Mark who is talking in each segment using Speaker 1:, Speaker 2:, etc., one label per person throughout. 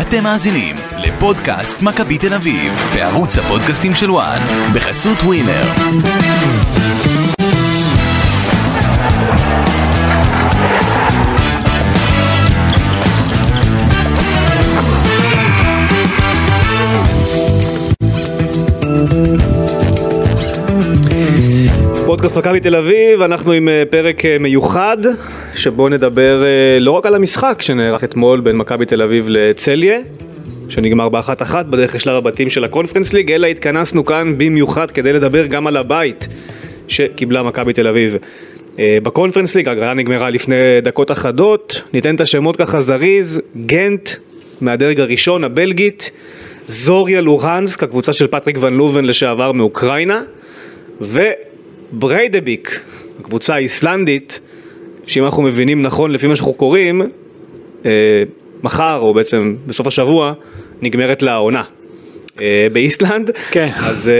Speaker 1: אתם מאזינים לפודקאסט מכבי תל אביב, בערוץ הפודקאסטים של וואן, בחסות ווינר.
Speaker 2: פודקאסט מכבי תל אביב, אנחנו עם אה, פרק אה, מיוחד, שבו נדבר אה, לא רק על המשחק שנערך אתמול בין מכבי תל אביב לצליה, שנגמר באחת אחת בדרך לשלב הבתים של הקונפרנס ליג, אלא התכנסנו כאן במיוחד כדי לדבר גם על הבית שקיבלה מכבי תל אביב. אה, בקונפרנס ליג, הגרלה נגמרה לפני דקות אחדות, ניתן את השמות ככה זריז, גנט מהדרג הראשון, הבלגית, זוריה לוהנסק, הקבוצה של פטריק ון לובן לשעבר מאוקראינה, ובריידביק, הקבוצה האיסלנדית, שאם אנחנו מבינים נכון לפי מה שאנחנו קוראים, אה, מחר, או בעצם בסוף השבוע, נגמרת לה העונה. אה, באיסלנד,
Speaker 3: כן.
Speaker 2: אז אה,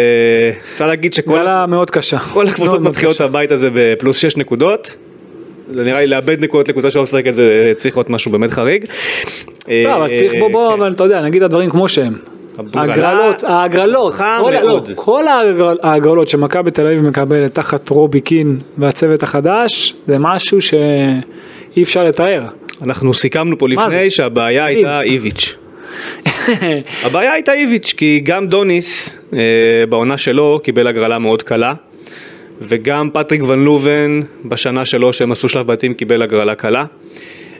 Speaker 2: אפשר להגיד שכל
Speaker 3: גלה מאוד קשה.
Speaker 2: כל הקבוצות
Speaker 3: מאוד מאוד
Speaker 2: מתחילות את
Speaker 3: קשה.
Speaker 2: הבית הזה בפלוס 6 נקודות. זה נראה לי לאבד נקודות לקבוצה שלא משחקת זה צריך להיות משהו באמת חריג.
Speaker 3: לא, אבל
Speaker 2: אה,
Speaker 3: צריך בוא
Speaker 2: כן.
Speaker 3: בוא, אבל אתה יודע, נגיד הדברים כמו שהם.
Speaker 2: הבוגלה-
Speaker 3: ההגרלות, ההגרלות,
Speaker 2: חם
Speaker 3: כל ה- לא,
Speaker 2: מאוד.
Speaker 3: כל ההגרל- ההגרלות שמכבי תל אביב מקבלת תחת רובי קין והצוות החדש, זה משהו שאי אפשר לתאר.
Speaker 2: כן. אנחנו סיכמנו פה
Speaker 3: מה
Speaker 2: לפני
Speaker 3: זה?
Speaker 2: שהבעיה
Speaker 3: מדהים.
Speaker 2: הייתה איביץ'. הבעיה הייתה איביץ', כי גם דוניס אה, בעונה שלו קיבל הגרלה מאוד קלה, וגם פטריק ון לובן בשנה שלו שהם עשו שלב בתים קיבל הגרלה קלה.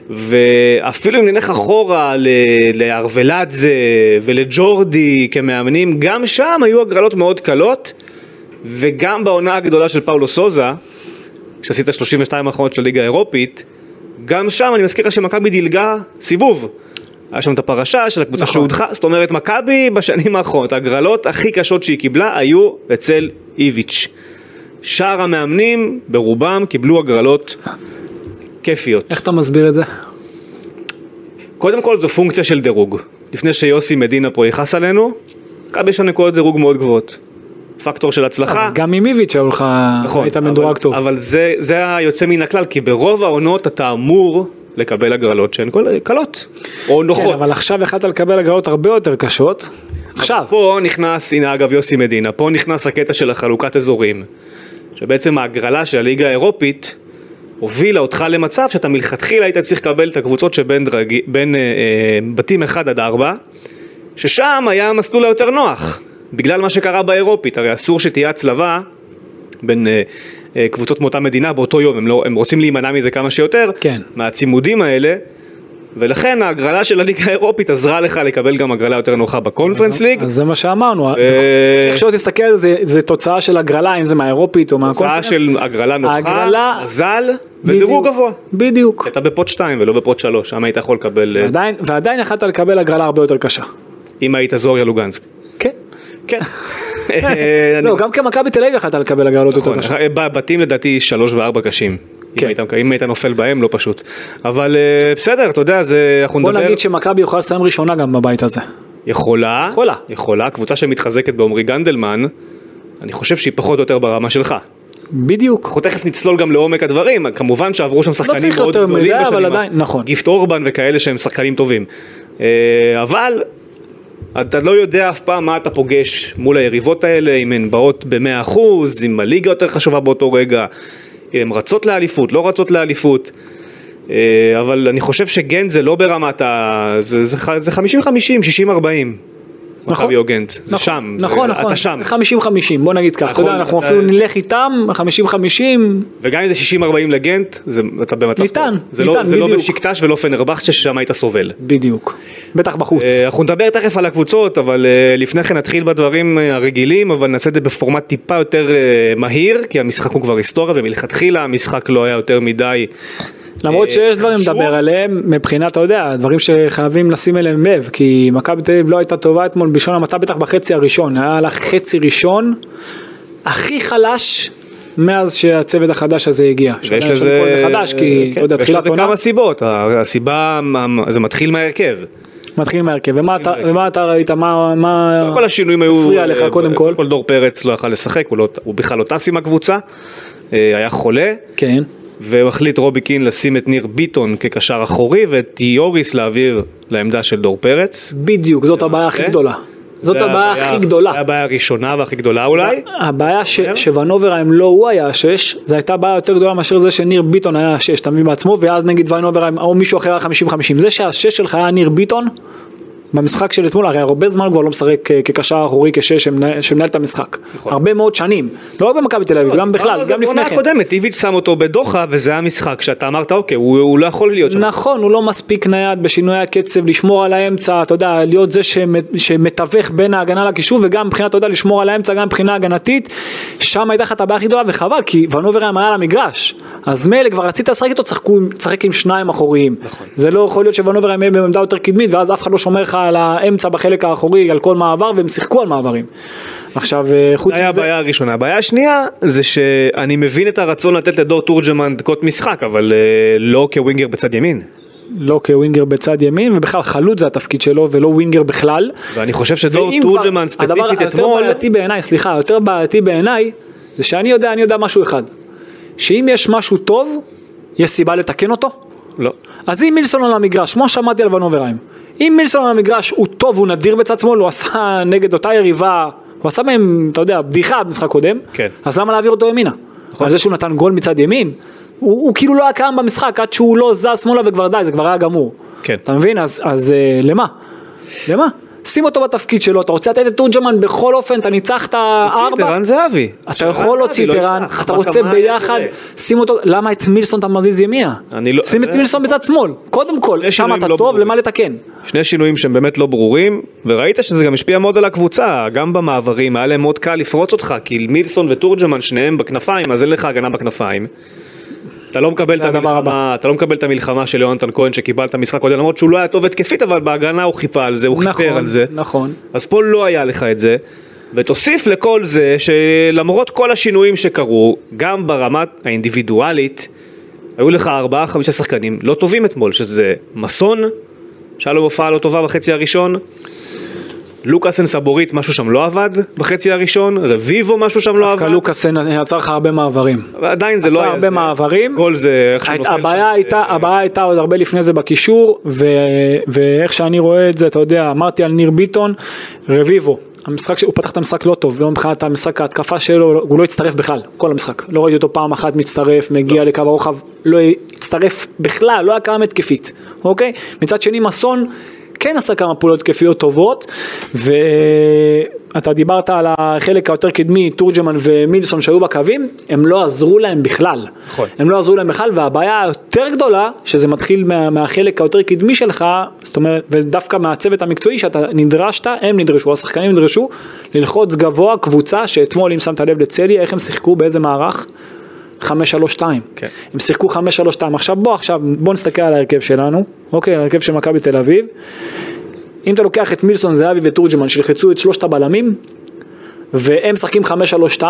Speaker 2: ואפילו אם נלך אחורה ל- לארוולדזה ולג'ורדי כמאמנים, גם שם היו הגרלות מאוד קלות, וגם בעונה הגדולה של פאולו סוזה, שעשית 32 האחרונות של ליגה האירופית, גם שם אני מזכיר לך שמכבי דילגה סיבוב. היה שם את הפרשה של הקבוצה
Speaker 3: נכון.
Speaker 2: שהודחה, זאת אומרת מכבי בשנים האחרונות, ההגרלות הכי קשות שהיא קיבלה היו אצל איביץ'. שאר המאמנים ברובם קיבלו הגרלות כיפיות.
Speaker 3: איך אתה מסביר את זה?
Speaker 2: קודם כל זו פונקציה של דירוג. לפני שיוסי מדינה פה יכעס עלינו, מכבי יש לה נקודות דירוג מאוד גבוהות. פקטור של הצלחה.
Speaker 3: גם עם איביץ' היו לך, היית מדורג
Speaker 2: נכון, אבל,
Speaker 3: טוב.
Speaker 2: אבל זה, זה היוצא מן הכלל, כי ברוב העונות אתה אמור לקבל הגרלות שהן כל- קלות, או
Speaker 3: כן,
Speaker 2: נוחות.
Speaker 3: אבל עכשיו יכלת לקבל הגרלות הרבה יותר קשות. עכשיו,
Speaker 2: פה נכנס, הנה אגב יוסי מדינה, פה נכנס הקטע של החלוקת אזורים. שבעצם ההגרלה של הליגה האירופית הובילה אותך למצב שאתה מלכתחילה היית צריך לקבל את הקבוצות שבין דרג... בין, אה, אה, בתים 1 עד 4, ששם היה המסלול היותר נוח, בגלל מה שקרה באירופית, הרי אסור שתהיה הצלבה בין אה, אה, קבוצות מאותה מדינה באותו יום, הם, לא, הם רוצים להימנע מזה כמה שיותר,
Speaker 3: כן.
Speaker 2: מהצימודים האלה. ולכן ההגרלה של הליגה האירופית עזרה לך לקבל גם הגרלה יותר נוחה בקונפרנס ליג.
Speaker 3: אז זה מה שאמרנו.
Speaker 2: אה,
Speaker 3: איך שלא תסתכל על זה, זה תוצאה של הגרלה, אם זה מהאירופית או
Speaker 2: הוצאה
Speaker 3: מהקונפרנס.
Speaker 2: של הגרלה נוחה,
Speaker 3: הגרלה-
Speaker 2: מזל ודירוג
Speaker 3: בדיוק,
Speaker 2: גבוה.
Speaker 3: בדיוק.
Speaker 2: אתה בפוט 2 ולא בפוט 3, שם היית יכול לקבל, אה,
Speaker 3: ועדיין- ועדיין יכלת לקבל הגרלה הרבה יותר קשה.
Speaker 2: אם היית זוריה לוגנסק.
Speaker 3: כן.
Speaker 2: כן. אה, אני-
Speaker 3: לא, גם כמכבי תל אביב יכלת לקבל הגרלות יותר
Speaker 2: נכון,
Speaker 3: קשה.
Speaker 2: אה, בבתים לדעתי 3 ו-4 קשים. אם
Speaker 3: כן.
Speaker 2: היית- אם היית נופל בהם לא פשוט. אבל אה, בסדר, אתה יודע, זה, אנחנו
Speaker 3: בוא
Speaker 2: נדבר,
Speaker 3: נגיד שמכבי יכולה לסיים ראשונה גם בבית הזה.
Speaker 2: יכולה,
Speaker 3: יכולה.
Speaker 2: יכולה, קבוצה שמתחזקת בעומרי גנדלמן, אני חושב שהיא פחות או יותר ברמה שלך.
Speaker 3: בדיוק.
Speaker 2: אנחנו תכף נצלול גם לעומק הדברים, כמובן שעברו שם שחקנים
Speaker 3: לא צריך
Speaker 2: מאוד
Speaker 3: יותר
Speaker 2: גדולים
Speaker 3: מידע,
Speaker 2: בשנים
Speaker 3: אבל
Speaker 2: ה-
Speaker 3: עדיין, נכון.
Speaker 2: גיפט אורבן וכאלה שהם שחקנים טובים. אה, אבל אתה לא יודע אף פעם מה אתה פוגש מול היריבות האלה, אם הן באות ב-100%, אם הליגה יותר חשובה באותו רגע, אם הן רצות לאליפות, לא רצות לאליפות. אה, אבל אני חושב שגנט זה לא ברמת ה... זה זה ח- זה 50-50, 60-40.
Speaker 3: נכון.
Speaker 2: מכבי או גנט, זה
Speaker 3: נכון,
Speaker 2: שם, זה-
Speaker 3: נכון, נכון.
Speaker 2: אתה שם.
Speaker 3: 50-50, בוא נגיד ככה. אתה
Speaker 2: נכון,
Speaker 3: יודע, אנחנו
Speaker 2: אתה-
Speaker 3: אפילו נלך איתם, 50-50,
Speaker 2: וגם אם זה 60-40 לגנט, זה, אתה במצב
Speaker 3: ניתן,
Speaker 2: טוב. זה
Speaker 3: ניתן,
Speaker 2: לא, זה לא
Speaker 3: בדיוק.
Speaker 2: בשקטש ולא פנרבכצ'ה ששם היית סובל.
Speaker 3: בדיוק. בטח בחוץ.
Speaker 2: אה, אנחנו נדבר תכף על הקבוצות, אבל אה, לפני כן נתחיל בדברים אה, הרגילים, אבל נעשה את זה בפורמט טיפה יותר אה, מהיר, כי המשחק הוא כבר היסטוריה, ומלכתחילה המשחק לא היה יותר מדי.
Speaker 3: למרות
Speaker 2: אה,
Speaker 3: שיש דברים
Speaker 2: חשוב.
Speaker 3: לדבר עליהם מבחינת, אתה יודע, דברים שחייבים לשים אליהם לב, כי מכבי תל אביב לא הייתה טובה אתמול בלשון המעטה, בטח בחצי הראשון, היה לה חצי ראשון הכי חלש מאז שהצוות החדש הזה הגיע.
Speaker 2: ויש
Speaker 3: שאני עכשיו
Speaker 2: לזה...
Speaker 3: קורא לזה חדש, כי,
Speaker 2: כן,
Speaker 3: אתה יודע,
Speaker 2: ויש
Speaker 3: תחילת
Speaker 2: לזה
Speaker 3: עונה,
Speaker 2: כמה סיבות, ה- הסיבה, מה- זה מתחיל מההרכב.
Speaker 3: מתחילים מהרכב, ומה אתה-
Speaker 2: מהרכב. לא,
Speaker 3: ומה אתה ראית, מה... מה-
Speaker 2: כל השינויים היו...
Speaker 3: אה, הפריע לך,
Speaker 2: אה,
Speaker 3: קודם כל.
Speaker 2: כל דור פרץ לא יכל לשחק, הוא לא- הוא בכלל לא טס עם הקבוצה, אה, היה חולה.
Speaker 3: כן,
Speaker 2: ומחליט רובי קין לשים את ניר ביטון כקשר אחורי ואת יוריס להעביר לעמדה של דור פרץ.
Speaker 3: בדיוק, זאת הבעיה הכי
Speaker 2: למעשה.
Speaker 3: גדולה. זאת
Speaker 2: זה
Speaker 3: הבעיה הכי גדולה.
Speaker 2: זה הבעיה הראשונה והכי גדולה אולי.
Speaker 3: הבעיה ש-
Speaker 2: אומר?
Speaker 3: שוונובר אם לא הוא היה השש, זו הייתה בעיה יותר גדולה מאשר זה שניר ביטון היה השש, אתה מבין בעצמו, ואז נגיד ונובר או מישהו אחר היה 50-50. זה שהשש שלך היה ניר ביטון, במשחק של אתמול, הרי הרבה זמן הוא כבר לא משחק אה, כקשר אחורי כשש שמנה- שמנהל את המשחק. הרבה מאוד שנים, לא רק במכבי תל אביב, גם בכלל,
Speaker 2: אבל נכון. לא, זה
Speaker 3: גם לפני
Speaker 2: בעונה
Speaker 3: כן.
Speaker 2: הקודמת, איביץ' שם אותו בדוחה, וזה היה משחק שאתה אמרת, אוקיי, הוא הוא לא יכול להיות שם.
Speaker 3: נכון, הוא לא מספיק נייד בשינוי הקצב, לשמור על האמצע, אתה יודע, להיות זה שמ- שמתווך בין ההגנה לקישור, וגם מבחינת, אתה יודע, לשמור על האמצע, גם מבחינה הגנתית, שם הייתה לך את הבעיה הכי גדולה, וחבל, כי ונוברהם היה על המגרש. אז מילא, כבר רצית לשחק איתו, צחקו עם- תשחק עם שניים אחוריים.
Speaker 2: נכון.
Speaker 3: זה לא יכול להיות שוונוברהם יהיה בעמדה יותר קדמית, ואז אף אחד לא שומר לך על האמצע בחלק האחורי, על כל מעבר, והם שיחקו על מעברים. עכשיו, אה, חוץ
Speaker 2: זה היה
Speaker 3: מזה...
Speaker 2: הבעיה הראשונה. הבעיה השנייה זה שאני מבין את הרצון לתת לדור תורג'מן דקות משחק, אבל אה, לא כווינגר בצד ימין.
Speaker 3: לא כווינגר בצד ימין, ובכלל חלוץ זה התפקיד שלו, ולא ווינגר בכלל.
Speaker 2: ואני חושב שדור
Speaker 3: ואם כבר-
Speaker 2: תורג'מן ספציפית
Speaker 3: הדבר היותר
Speaker 2: אתמול,
Speaker 3: בעייתי בעיניי, סליחה, היותר בעייתי בעיניי, זה שאני יודע, אני יודע משהו אחד. שאם יש משהו טוב, יש סיבה לתקן אותו.
Speaker 2: לא.
Speaker 3: אז אם מילסון על המגרש, כמו שמעתי על ונוברהיים, אם מילסון על המגרש הוא טוב, הוא נדיר בצד שמאל, הוא עשה נגד אותה יריבה, הוא עשה מהם, אתה יודע, בדיחה במשחק קודם,
Speaker 2: כן. נכון.
Speaker 3: אז למה להעביר אותו ימינה? על זה שהוא נתן גול מצד ימין, הוא, הוא כאילו לא היה קיים במשחק עד שהוא לא זז שמאלה וכבר די, זה כבר היה גמור.
Speaker 2: כן.
Speaker 3: אתה מבין? אז, אז אה, למה? למה? שים אותו בתפקיד שלו, אתה רוצה לתת את תורג'מן בכל אופן, אתה ניצחת
Speaker 2: הוציא את
Speaker 3: ארבע.
Speaker 2: ערן זהבי.
Speaker 3: אתה יכול להוציא את
Speaker 2: לא
Speaker 3: ערן,
Speaker 2: יפתח.
Speaker 3: אתה
Speaker 2: מה
Speaker 3: רוצה
Speaker 2: קרה?
Speaker 3: ביחד,
Speaker 2: תראה.
Speaker 3: שים אותו, למה את מילסון אתה מזיז ימינה?
Speaker 2: אני לא-
Speaker 3: שים את
Speaker 2: זה-
Speaker 3: מילסון בצד שמאל, קודם כל,
Speaker 2: שני
Speaker 3: שם
Speaker 2: שינויים
Speaker 3: אתה
Speaker 2: לא
Speaker 3: טוב,
Speaker 2: ברורים.
Speaker 3: למה לתקן?
Speaker 2: שני שינויים שהם באמת לא ברורים, וראית שזה גם השפיע מאוד על הקבוצה, גם במעברים, היה להם מאוד קל לפרוץ אותך, כי מילסון וטורג'מן שניהם בכנפיים, אז אין לך הגנה בכנפיים. אתה לא מקבל את
Speaker 3: זה הדבר
Speaker 2: המלחמה, אתה לא מקבל את המלחמה של יונתן כהן שקיבלת משחק קודם, למרות שהוא לא היה טוב התקפית, אבל בהגנה הוא חיפה על זה, הוא
Speaker 3: נכון,
Speaker 2: חיפר על זה.
Speaker 3: נכון.
Speaker 2: אז פה לא היה לך את זה. ותוסיף לכל זה שלמרות כל השינויים שקרו, גם ברמה האינדיבידואלית, היו לך ארבעה חמישה שחקנים לא טובים אתמול, שזה מסון, שהיה לו הופעה לא טובה בחצי הראשון, לוקאסן סבורית משהו שם לא עבד בחצי הראשון, רביבו משהו שם לא עבד,
Speaker 3: קלוקאסן עצר אה, לך הרבה מעברים.
Speaker 2: ועדיין זה לא
Speaker 3: עצר
Speaker 2: היה
Speaker 3: הרבה
Speaker 2: זה.
Speaker 3: מעברים.
Speaker 2: גול זה איך שהוא
Speaker 3: הי-
Speaker 2: נופל
Speaker 3: הבעיה
Speaker 2: שם. אה,
Speaker 3: הייתה, הבעיה הייתה עוד הרבה לפני זה בקישור, ו- ואיך שאני רואה את זה, אתה יודע, אמרתי על ניר ביטון, רביבו. המשחק, ש- הוא פתח את המשחק לא טוב, לא מבחינת המשחק ההתקפה שלו, הוא לא הצטרף בכלל, כל המשחק. לא ראיתי אותו פעם אחת מצטרף, מגיע לקו הרוחב, לא הצטרף בכלל, לא היה קרם התקפית, אוקיי? מצד שני, מסון כן עשה כמה פעולות התקפיות טובות, ואתה דיברת על החלק היותר קדמי, תורג'מן ומילסון שהיו בקווים, הם לא עזרו להם בכלל.
Speaker 2: נכון.
Speaker 3: הם לא עזרו להם בכלל, והבעיה היותר גדולה, שזה מתחיל מה, מהחלק היותר קדמי שלך, זאת אומרת, ודווקא מהצוות המקצועי שאתה נדרשת, הם נדרשו, השחקנים נדרשו, ללחוץ גבוה קבוצה שאתמול, אם שמת לב לצלי, איך הם שיחקו, באיזה מערך? 5-3-2.
Speaker 2: כן.
Speaker 3: הם שיחקו 5-3-2. עכשיו בוא, עכשיו בוא נסתכל על ההרכב שלנו, אוקיי, על ההרכב של מכבי תל אביב. אם אתה לוקח את מילסון, זהבי ותורג'מן שלחצו את שלושת הבלמים, והם משחקים 5-3-2,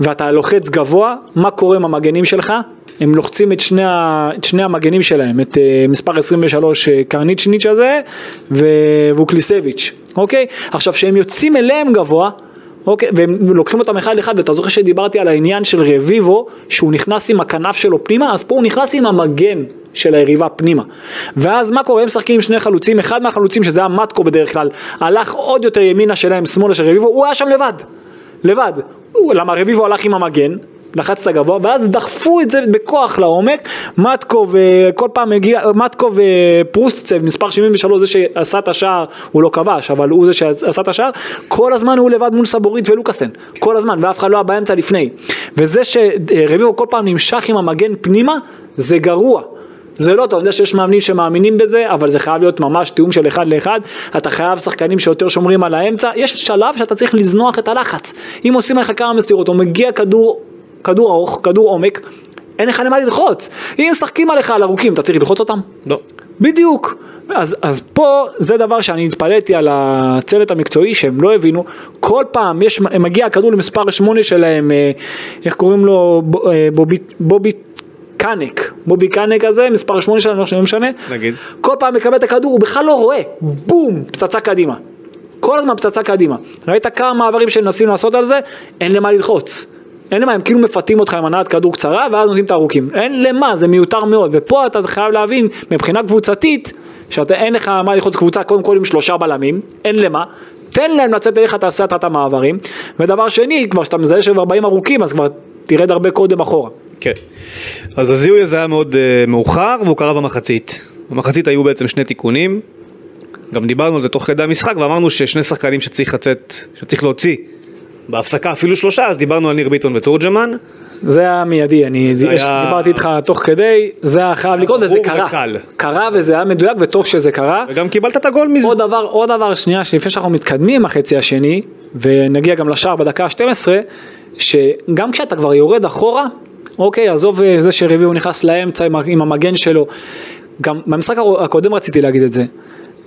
Speaker 3: ואתה לוחץ גבוה, מה קורה עם המגנים שלך? הם לוחצים את שני, ה- את שני המגנים שלהם, את uh, מספר 23 אה, קרניצ'ניץ' הזה ו... וקליסביץ', אוקיי? עכשיו, כשהם יוצאים אליהם גבוה, אוקיי, והם לוקחים אותם אחד אחד, ואתה זוכר שדיברתי על העניין של רביבו, שהוא נכנס עם הכנף שלו פנימה, אז פה הוא נכנס עם המגן של היריבה פנימה. ואז מה קורה? הם משחקים עם שני חלוצים, אחד מהחלוצים שזה היה מטקו בדרך כלל, הלך עוד יותר ימינה שלהם, שמאלה של רביבו, הוא היה שם לבד. לבד. הוא- למה רביבו הלך עם המגן, לחץ את הגבוה, ואז דחפו את זה בכוח לעומק. מטקו וכל פעם הגיע, מטקו ופרוסצב, מספר 73, זה שעשה את השער, הוא לא כבש, אבל הוא זה שעשה את השער, כל הזמן הוא לבד מול סבורית ולוקאסן, כל הזמן, ואף אחד לא היה באמצע לפני. וזה שרביבו כל פעם נמשך עם המגן פנימה, זה גרוע. זה לא טוב, אני יודע שיש מאמנים שמאמינים בזה, אבל זה חייב להיות ממש תיאום של אחד לאחד. אתה חייב שחקנים שיותר שומרים על האמצע. יש שלב שאתה צריך לזנוח את הלחץ. אם עושים עליך כמה מסירות, או מגיע כדור, כדור ארוך, כדור עומק, אין לך למה ללחוץ. אם משחקים עליך על ארוכים, אתה צריך ללחוץ אותם?
Speaker 2: לא.
Speaker 3: בדיוק. אז, אז פה זה דבר שאני התפלאתי על הצוות המקצועי שהם לא הבינו. כל פעם יש, מגיע הכדור למספר 8 שלהם, אה, איך קוראים לו, ב- אה, בובי, בובי קאנק. בובי קאנק הזה, מספר 8 שלהם, לא משנה.
Speaker 2: נגיד.
Speaker 3: כל פעם מקבל את הכדור, הוא בכלל לא רואה. בום, פצצה קדימה. כל הזמן פצצה קדימה. ראית כמה מעברים שמנסים לעשות על זה? אין למה ללחוץ. אין למה, הם כאילו מפתים אותך עם הנעת כדור קצרה ואז נותנים את הארוכים. אין למה, זה מיותר מאוד. ופה אתה חייב להבין, מבחינה קבוצתית, שאתה אין לך מה ללחוץ קבוצה קודם כל עם שלושה בלמים, אין למה, תן להם לצאת אליך, תעשה את המעברים, ודבר שני, כבר שאתה מזהה שהם 40 ארוכים, אז כבר תרד הרבה קודם אחורה.
Speaker 2: כן. אז הזיהוי הזה היה מאוד אה, מאוחר, והוא קרה במחצית. במחצית היו בעצם שני תיקונים. גם דיברנו על זה תוך כדי המשחק, ואמרנו ששני שחקנים שצריך לצאת, שצריך להוציא בהפסקה, אפילו שלושה, אז דיברנו על ניר ביטון ותורג'מן.
Speaker 3: זה היה מיידי, אני יש,
Speaker 2: היה-
Speaker 3: דיברתי איתך תוך כדי, זה היה חייב לקרות וזה
Speaker 2: ברור
Speaker 3: קרה.
Speaker 2: וקל.
Speaker 3: קרה וזה היה מדויק וטוב שזה קרה.
Speaker 2: וגם קיבלת את הגול מזה.
Speaker 3: עוד דבר, עוד דבר שנייה, שלפני שאנחנו מתקדמים החצי השני, ונגיע גם לשער בדקה ה-12, שגם כשאתה כבר יורד אחורה, אוקיי, עזוב אה, זה שרביבו נכנס לאמצע עם ה- עם המגן שלו, גם במשחק הר- הקודם רציתי להגיד את זה.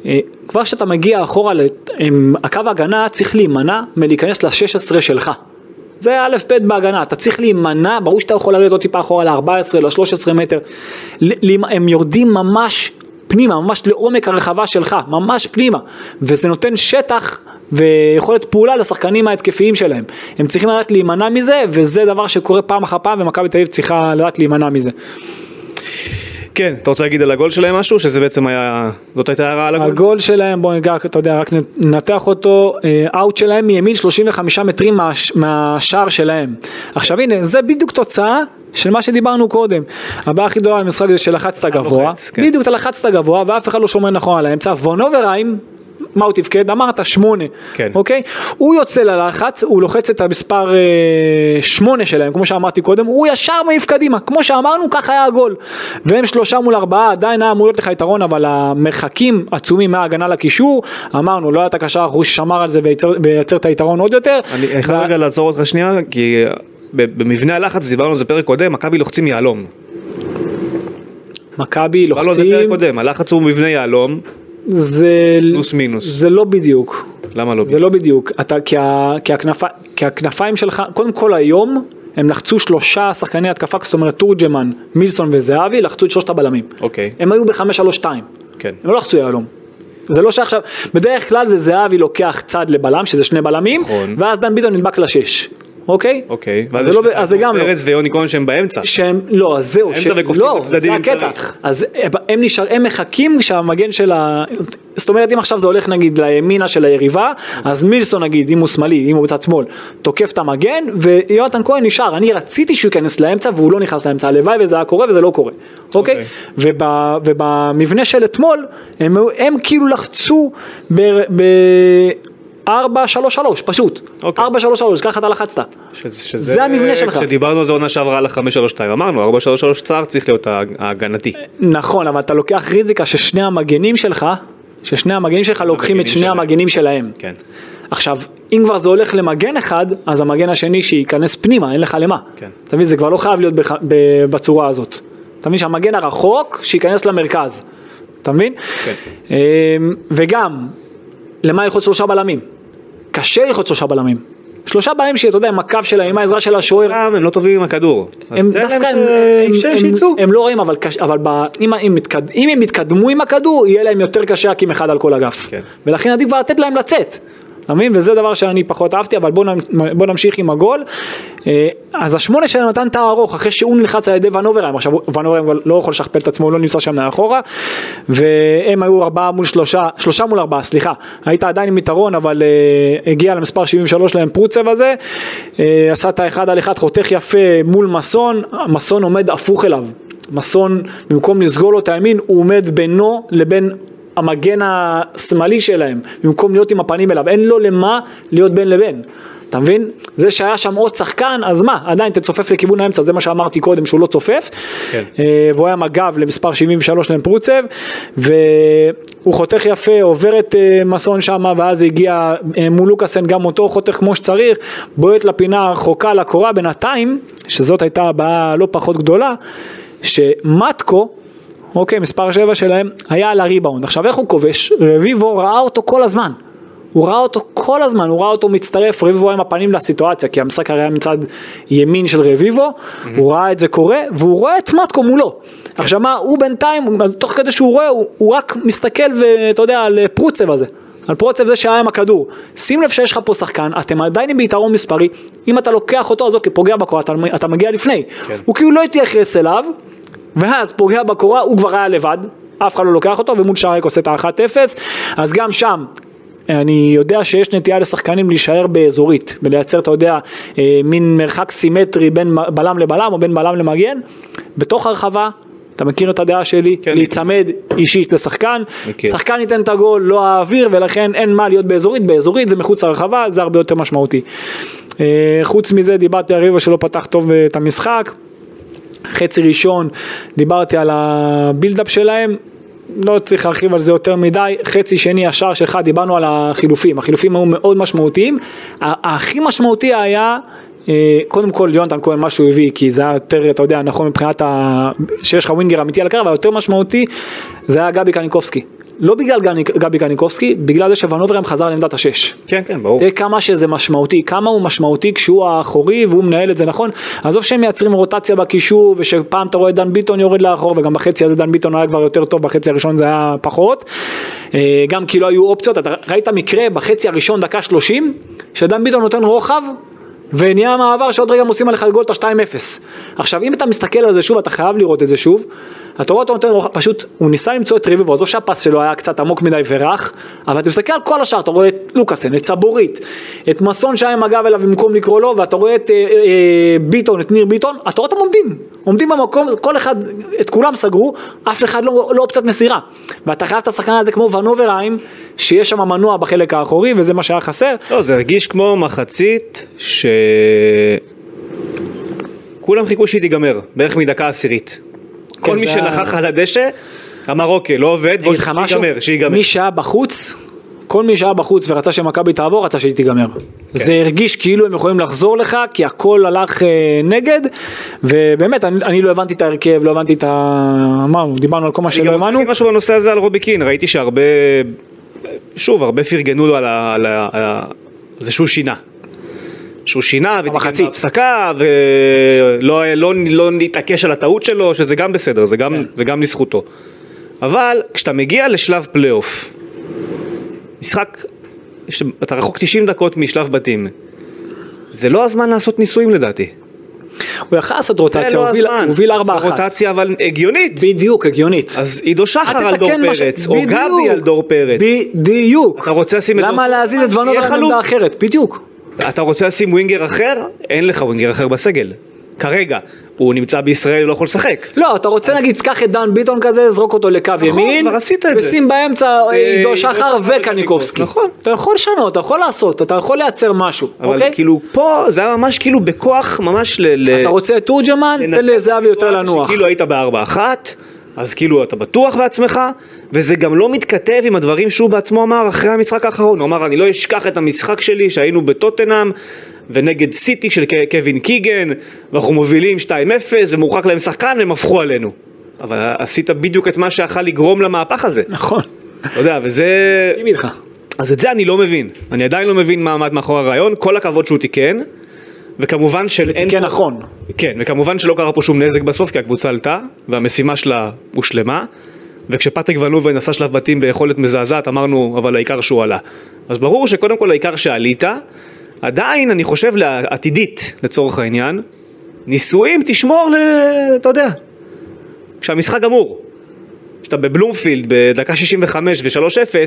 Speaker 3: אה, כבר כשאתה מגיע אחורה, לת- עם הקו ההגנה צריך להימנע מלהיכנס ל-16 שלך. זה א' ב' בהגנה, אתה צריך להימנע, ברור שאתה יכול לרדת עוד טיפה אחורה ל-14, ל-13 מטר, ל- להימ- הם יורדים ממש פנימה, ממש לעומק הרחבה שלך, ממש פנימה, וזה נותן שטח ויכולת פעולה לשחקנים ההתקפיים שלהם. הם צריכים לדעת להימנע מזה, וזה דבר שקורה פעם אחר פעם, ומכבי תל אביב צריכה לדעת להימנע מזה.
Speaker 2: כן, אתה רוצה להגיד על הגול שלהם משהו? שזה בעצם היה... זאת הייתה הערה על הגול?
Speaker 3: הגול שלהם, בוא ניגע, אתה יודע, רק ננתח אותו, אה, אאוט שלהם מימין 35 מטרים מהש- מהשער שלהם. עכשיו הנה, זה בדיוק תוצאה של מה שדיברנו קודם. הבעיה הכי גדולה במשחק זה שלחצת גבוה,
Speaker 2: לוחץ, כן.
Speaker 3: בדיוק אתה לחצת גבוה ואף אחד לא שומר נכון על האמצע, וונוברהיים, מה הוא תפקד? אמרת שמונה,
Speaker 2: כן.
Speaker 3: אוקיי? הוא יוצא ללחץ, הוא לוחץ את המספר אה, שמונה שלהם, כמו שאמרתי קודם, הוא ישר מעיף קדימה, כמו שאמרנו, ככה היה הגול. והם שלושה מול ארבעה, עדיין היה אמור להיות לך יתרון, אבל המרחקים עצומים מההגנה לקישור, אמרנו, לא היה את הקשר האחורי ששמר על זה וייצר, וייצר את היתרון עוד יותר.
Speaker 2: אני אני חייב
Speaker 3: וה-
Speaker 2: רגע לעצור אותך שנייה, כי אה, ב- במבנה הלחץ, דיברנו על זה פרק קודם, מכבי לוחצים יהלום.
Speaker 3: מכבי
Speaker 2: דיברנו על לא, זה פרק
Speaker 3: לוחצים,
Speaker 2: קודם, הלחץ הוא מבנה יהלום,
Speaker 3: זה,
Speaker 2: פלוס מינוס.
Speaker 3: זה לא בדיוק.
Speaker 2: למה לא?
Speaker 3: זה לא בדיוק, אתה, כי, ה, כי, הכנפי, כי הכנפיים שלך, קודם כל היום, הם לחצו שלושה שחקני התקפה, זאת אומרת תורג'מן, מילסון וזהבי, לחצו את שלושת הבלמים.
Speaker 2: אוקיי,
Speaker 3: הם היו ב-5-3-2, הם
Speaker 2: כן.
Speaker 3: לא לחצו יהלום. זה לא שעכשיו, בדרך כלל זה זהבי לוקח צד לבלם, שזה שני בלמים,
Speaker 2: נכון.
Speaker 3: ואז דן ביטון נדבק לשש, אוקיי?
Speaker 2: אוקיי,
Speaker 3: אז זה, לא, ב- אז זה גם לא.
Speaker 2: ארץ ויוני כהן שהם באמצע.
Speaker 3: שהם, לא, אז זהו,
Speaker 2: באמצע
Speaker 3: שהם-
Speaker 2: וקופצים
Speaker 3: לא,
Speaker 2: לצדדים
Speaker 3: זה
Speaker 2: אם
Speaker 3: הקטע,
Speaker 2: צריך.
Speaker 3: אז הם- הם נשאר, הם מחכים שהמגן של ה... זאת אומרת אם עכשיו זה הולך נגיד לימינה של היריבה, אז מילסון נגיד, אם הוא שמאלי, אם הוא בצד שמאל, תוקף את המגן, ויונתן כהן נשאר, אני רציתי שהוא ייכנס לאמצע והוא לא נכנס לאמצע, הלוואי וזה היה קורה וזה לא קורה, אוקיי?
Speaker 2: אוקיי.
Speaker 3: וב, ובמבנה של אתמול, הם, הם כאילו לחצו ב... ב 4-3-3 פשוט,
Speaker 2: אוקיי.
Speaker 3: 4-3-3 ככה אתה לחצת,
Speaker 2: ש- שזה- אה,
Speaker 3: זה המבנה שלך.
Speaker 2: כשדיברנו על זה עונה שעברה על ה-532, אמרנו 433 צער צריך להיות ההג- ההגנתי.
Speaker 3: נכון, אבל אתה לוקח ריזיקה ששני המגנים שלך, ששני המגנים שלך לוקחים את
Speaker 2: המגנים
Speaker 3: שני
Speaker 2: שלהם.
Speaker 3: המגנים שלהם.
Speaker 2: כן.
Speaker 3: עכשיו, אם כבר זה הולך למגן אחד, אז המגן השני שייכנס פנימה, אין לך למה.
Speaker 2: כן.
Speaker 3: אתה מבין, זה כבר לא חייב להיות בח... ב... בצורה הזאת. אתה מבין שהמגן הרחוק, שייכנס למרכז. אתה מבין?
Speaker 2: כן.
Speaker 3: אמ, וגם, למה ללחוץ שלושה בלמים? קשה ללחוץ שלושה בלמים. שלושה בלמים שאתה יודע, עם הקו שלהם, עם העזרה של השוער,
Speaker 2: פעם הם לא טובים עם הכדור. אז
Speaker 3: הם
Speaker 2: תן להם
Speaker 3: דווקא, הם,
Speaker 2: ש- אה,
Speaker 3: הם,
Speaker 2: ש-
Speaker 3: הם,
Speaker 2: שיצאו.
Speaker 3: הם לא רעים, אבל, קש, אבל ב, אם, אם, מתקד, אם הם יתקדמו עם הכדור, יהיה להם יותר קשה להקים אחד על כל אגף.
Speaker 2: כן.
Speaker 3: ולכן עדיף כבר לתת להם לצאת. אתה מבין? וזה דבר שאני פחות אהבתי, אבל בואו בוא נמשיך עם הגול. אה, אז השמונה שלהם נתן את הארוך, אחרי שהוא נלחץ על ידי ונוברהיים. עכשיו ונוברהיים אבל לא יכול לשכפל את עצמו, הוא לא נמצא שם מאחורה. והם היו ארבעה מול שלושה, שלושה מול ארבעה, סליחה. היית עדיין עם יתרון, אבל אה, הגיע למספר 73 להם פרוצב הזה. אה, עשה את האחד על אחד, חותך יפה מול מסון, מסון עומד הפוך אליו. מסון, במקום לסגור לו את הימין, הוא עומד בינו לבין המגן השמאלי שלהם, במקום להיות עם הפנים אליו, אין לו למה להיות בין לבין. אתה מבין? זה שהיה שם עוד שחקן, אז מה, עדיין תצופף לכיוון האמצע, זה מה שאמרתי קודם, שהוא לא צופף.
Speaker 2: כן.
Speaker 3: אה, והוא היה מג"ב למספר 73 למפרוצב, והוא חותך יפה, עובר את אה, מסון שמה, ואז הגיע אה, מול לוקאסן, גם אותו חותך כמו שצריך, בועט לפינה הרחוקה לקורה בינתיים, שזאת הייתה הבעיה לא פחות גדולה, שמטקו, אוקיי, מספר 7 שלהם, היה על הריבאונד. עכשיו איך הוא כובש? רביבו ראה אותו כל הזמן. הוא ראה אותו כל הזמן, הוא ראה אותו מצטרף, רביבו היה עם הפנים לסיטואציה, כי המשחק הרי היה מצד ימין של רביבו, הוא ראה את זה קורה, והוא רואה את מטקו מולו. עכשיו מה, הוא בינתיים, תוך כדי שהוא רואה, הוא, הוא רק מסתכל, ואתה יודע, על אה, פרוצב הזה. על פרוצב זה שהיה עם הכדור. שים לב שיש לך פה שחקן, אתם עדיין ביתרון מספרי, אם אתה לוקח אותו, אז אוקיי, פוגע בקורה, אתה, אתה מגיע לפני. הוא כאילו לא התייחס אליו, ואז פוגע בקורה, הוא כבר היה לבד, אף אחד לא לוקח אותו, ומול שרק עושה את ה-1-0, אז גם שם. אני יודע שיש נטייה לשחקנים להישאר באזורית ולייצר, אתה יודע, אה, מין מרחק סימטרי בין מ- בלם לבלם או בין בלם למגן. בתוך הרחבה, אתה מכיר את הדעה שלי,
Speaker 2: כן.
Speaker 3: להיצמד אישית לשחקן.
Speaker 2: מכיר.
Speaker 3: שחקן ייתן את הגול, לא האוויר, ולכן אין מה להיות באזורית. באזורית זה מחוץ לרחבה, זה הרבה יותר משמעותי. אה, חוץ מזה, דיברתי על ריבו שלא פתח טוב אה, את המשחק. חצי ראשון, דיברתי על הבילדאפ שלהם, לא צריך להרחיב על זה יותר מדי, חצי שני השער שלך, דיברנו על החילופים, החילופים היו מאוד משמעותיים, ה- הכי משמעותי היה אה, קודם כל יונתן כהן מה שהוא הביא כי זה היה יותר אתה יודע נכון מבחינת ה... שיש לך ווינגר אמיתי על הקרב אבל יותר משמעותי זה היה גבי קניקובסקי לא בגלל גני- גבי קניקובסקי בגלל זה שוונוברם חזר לעמדת השש
Speaker 2: כן, כן, ברור.
Speaker 3: תראה כמה שזה משמעותי, כמה הוא משמעותי כשהוא האחורי והוא מנהל את זה נכון. עזוב שהם מייצרים רוטציה בקישור, ושפעם אתה רואה את דן ביטון יורד לאחור, וגם בחצי הזה דן ביטון היה כבר יותר טוב, בחצי הראשון זה היה פחות. אה, גם כי לא היו אופציות, אתה ראית מקרה בחצי הראשון, דקה 30, שדן ביטון נותן רוחב. ונהיה מעבר שעוד רגע הם עושים עליך גול את ה-2-0. עכשיו אם אתה מסתכל על זה שוב, אתה חייב לראות את זה שוב, אתה רואה אותו נותן רוחב, פשוט הוא ניסה למצוא את רביבו, עזוב שהפס שלו היה קצת עמוק מדי ורך, אבל אתה מסתכל על כל השאר, אתה רואה את לוקאסן, את סבורית, את מסון שהיה עם הגב אליו במקום לקרוא לו, ואתה רואה את אה, אה, ביטון, את ניר ביטון, אתה רואה אותם עומדים, עומדים במקום, כל אחד, את כולם סגרו, אף אחד לא, לא אופציית מסירה. ואתה חייב את השחקן הזה כמו ונוברהיים, שיש שם מנוע בחלק האחורי, וזה מה שהיה חסר.
Speaker 2: לא, זה הרגיש כמו מחצית ש... כולם חיכו שהיא תיגמר, בערך מדקה עשירית. כל מי
Speaker 3: כן, זה
Speaker 2: שנכח על הדשא אמר אוקיי, לא עובד, בואו
Speaker 3: אגיד לך משהו,
Speaker 2: שיגמר, שיגמר.
Speaker 3: מי שהיה בחוץ, כל מי שהיה בחוץ ורצה שמכבי תעבור, רצה שהיא תיגמר.
Speaker 2: כן.
Speaker 3: זה הרגיש כאילו הם יכולים לחזור לך, כי הכל הלך אה, נגד, ובאמת, אני, אני לא הבנתי את ההרכב, לא הבנתי את ה... אמרנו, דיברנו על כל מה
Speaker 2: אני
Speaker 3: שלא
Speaker 2: גם רוצה
Speaker 3: האמנו.
Speaker 2: להגיד משהו בנושא הזה על רובי קין, ראיתי שהרבה, שוב, הרבה פרגנו לו על, ה... על, ה... על ה... זה שהוא שינה. שהוא שינה,
Speaker 3: במחצית.
Speaker 2: בהפסקה, ולא לא, לא נתעקש על הטעות שלו, שזה גם בסדר, זה גם, זה גם לזכותו. אבל כשאתה מגיע לשלב פלייאוף, משחק, ש- אתה רחוק 90 דקות משלב בתים, זה לא הזמן לעשות ניסויים לדעתי.
Speaker 3: הוא יכל לעשות
Speaker 2: זה
Speaker 3: רוטציה,
Speaker 2: לא
Speaker 3: הוא הוביל- הוא
Speaker 2: הזמן.
Speaker 3: הוביל 4-1.
Speaker 2: לעשות רוטציה אבל הגיונית.
Speaker 3: בדיוק, הגיונית.
Speaker 2: אז עידו שחר
Speaker 3: אל
Speaker 2: על דור
Speaker 3: תתקן מה ש-
Speaker 2: פרץ, או
Speaker 3: בדיוק.
Speaker 2: גבי על דור פרץ.
Speaker 3: בדיוק.
Speaker 2: אתה רוצה לשים את
Speaker 3: למה
Speaker 2: דור-
Speaker 3: להזיז את
Speaker 2: שיהיה
Speaker 3: ונובר
Speaker 2: חלוץ.
Speaker 3: לעמדה אחרת? בדיוק.
Speaker 2: אתה רוצה לשים ווינגר אחר? אין לך ווינגר אחר בסגל. כרגע. הוא נמצא בישראל, הוא לא יכול לשחק.
Speaker 3: לא, אתה רוצה נגיד, קח את דן ביטון כזה, זרוק אותו לקו ימין,
Speaker 2: נכון, כבר עשית את זה.
Speaker 3: ושים באמצע אה, עידו
Speaker 2: עידו
Speaker 3: שחר
Speaker 2: שחר
Speaker 3: וקניקובסקי.
Speaker 2: נכון.
Speaker 3: אתה יכול לשנות, אתה יכול לעשות, אתה יכול לייצר משהו,
Speaker 2: אבל
Speaker 3: אוקיי?
Speaker 2: כאילו פה זה היה ממש כאילו בכוח ממש ל... ל-
Speaker 3: אתה רוצה את תורג'מן,
Speaker 2: לנצל
Speaker 3: תן
Speaker 2: את
Speaker 3: לזהבי יותר
Speaker 2: הסיטואציה
Speaker 3: לנוח.
Speaker 2: שכאילו היית בארבע אחת, אז כאילו אתה בטוח בעצמך, וזה גם לא מתכתב עם הדברים שהוא בעצמו אמר אחרי המשחק האחרון. הוא אמר, אני לא אשכח את המשחק שלי שהיינו בטוטנאם. ונגד סיטי של ק- קווין קיגן, ואנחנו מובילים 2-0 ומורחק להם שחקן והם הפכו עלינו. אבל עשית בדיוק את מה שיכל לגרום למהפך הזה,
Speaker 3: נכון.
Speaker 2: אתה יודע, וזה...
Speaker 3: מסכים איתך.
Speaker 2: אז את זה אני לא מבין. אני עדיין לא מבין מה עמד מאחורי הרעיון, כל הכבוד שהוא תיקן, וכמובן של... אין
Speaker 3: כן
Speaker 2: פה-
Speaker 3: נכון.
Speaker 2: כן, וכמובן שלא קרה פה שום נזק בסוף, כי הקבוצה עלתה, והמשימה שלה הושלמה, וכשפטריק ון לובן עשה שלב בתים ביכולת מזעזעת, אמרנו, אבל העיקר שהוא עלה. אז ברור שקודם כל העיקר שעלית, עדיין, אני חושב, לעתידית, לצורך העניין, ניסויים תשמור ל... אתה יודע, כשהמשחק גמור. כשאתה בבלומפילד בדקה 65 ו-3-0,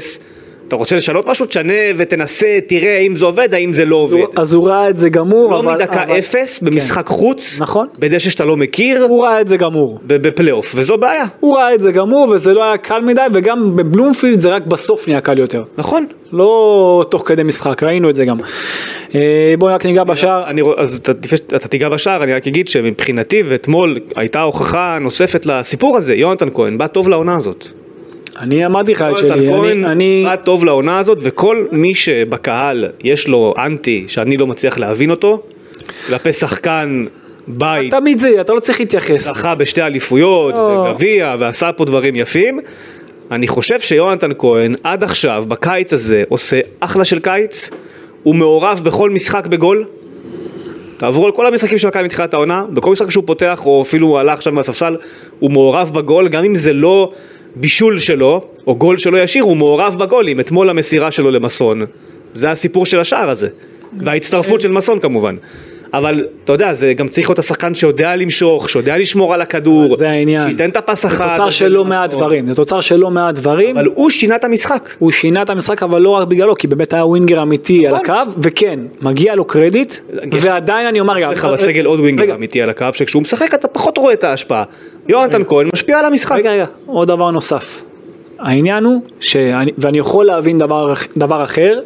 Speaker 2: אתה רוצה לשנות משהו? תשנה ותנסה, תראה האם זה עובד, האם זה לא עובד.
Speaker 3: אז הוא ראה את זה גמור,
Speaker 2: לא
Speaker 3: אבל... אבל-
Speaker 2: מדקה אפס במשחק חוץ,
Speaker 3: נכון.
Speaker 2: בדשא שאתה לא מכיר,
Speaker 3: הוא ראה את זה גמור.
Speaker 2: ב- בפלייאוף, וזו בעיה,
Speaker 3: הוא ראה את זה גמור, וזה לא היה קל מדי, וגם בבלומפילד זה רק בסוף נהיה קל יותר.
Speaker 2: נכון.
Speaker 3: לא תוך כדי משחק, ראינו את זה גם. אה, בואו רק ניגע בשער.
Speaker 2: אני, רוא- אז אתה, לפני שאתה תיגע בשער, אני רק אגיד שמבחינתי ואתמול הייתה הוכחה נוספת לסיפור הזה, יונתן כהן בא טוב לעונה הזאת.
Speaker 3: אני אמרתי לך את
Speaker 2: יונתן
Speaker 3: שלי,
Speaker 2: כהן
Speaker 3: אני- אני...
Speaker 2: בא טוב לעונה הזאת, וכל מי שבקהל יש לו אנטי שאני לא מצליח להבין אותו, כלפי שחקן בית
Speaker 3: תמיד זה יהיה, אתה לא צריך להתייחס.
Speaker 2: זכה בשתי אליפויות
Speaker 3: לא.
Speaker 2: וגביע ועשה פה דברים יפים. אני חושב שיונתן כהן עד עכשיו בקיץ הזה עושה אחלה של קיץ, הוא מעורב בכל משחק בגול. תעברו על כל המשחקים של מכבי מתחילת העונה, בכל משחק שהוא פותח או אפילו הוא עלה עכשיו מהספסל, הוא מעורב בגול, גם אם זה לא בישול שלו או גול שלו ישיר, הוא מעורב בגולים, אתמול המסירה שלו למסון. זה הסיפור של השער הזה, וההצטרפות של מסון כמובן. אבל אתה יודע, זה גם צריך להיות השחקן שיודע למשוך, שיודע לשמור על הכדור,
Speaker 3: זה העניין.
Speaker 2: שייתן את הפס
Speaker 3: זה
Speaker 2: החד.
Speaker 3: תוצר של לא מעט דברים, זה תוצר של לא מעט דברים.
Speaker 2: נכון, אבל הוא שינה את המשחק.
Speaker 3: הוא שינה את המשחק אבל לא רק בגללו כי באמת היה ווינגר אמיתי על
Speaker 2: נכון.
Speaker 3: הקו וכן מגיע לו קרדיט
Speaker 2: יש-
Speaker 3: ועדיין אני אומר
Speaker 2: יש
Speaker 3: רגע,
Speaker 2: לך
Speaker 3: רגע,
Speaker 2: בסגל עוד ווינגר
Speaker 3: רגע,
Speaker 2: אמיתי על הקו, שכשהוא משחק אתה פחות רואה את ההשפעה. יונתן כהן משפיע על המשחק.
Speaker 3: רגע רגע עוד דבר נוסף העניין הוא שאני, ואני יכול להבין דבר, אח- דבר אחר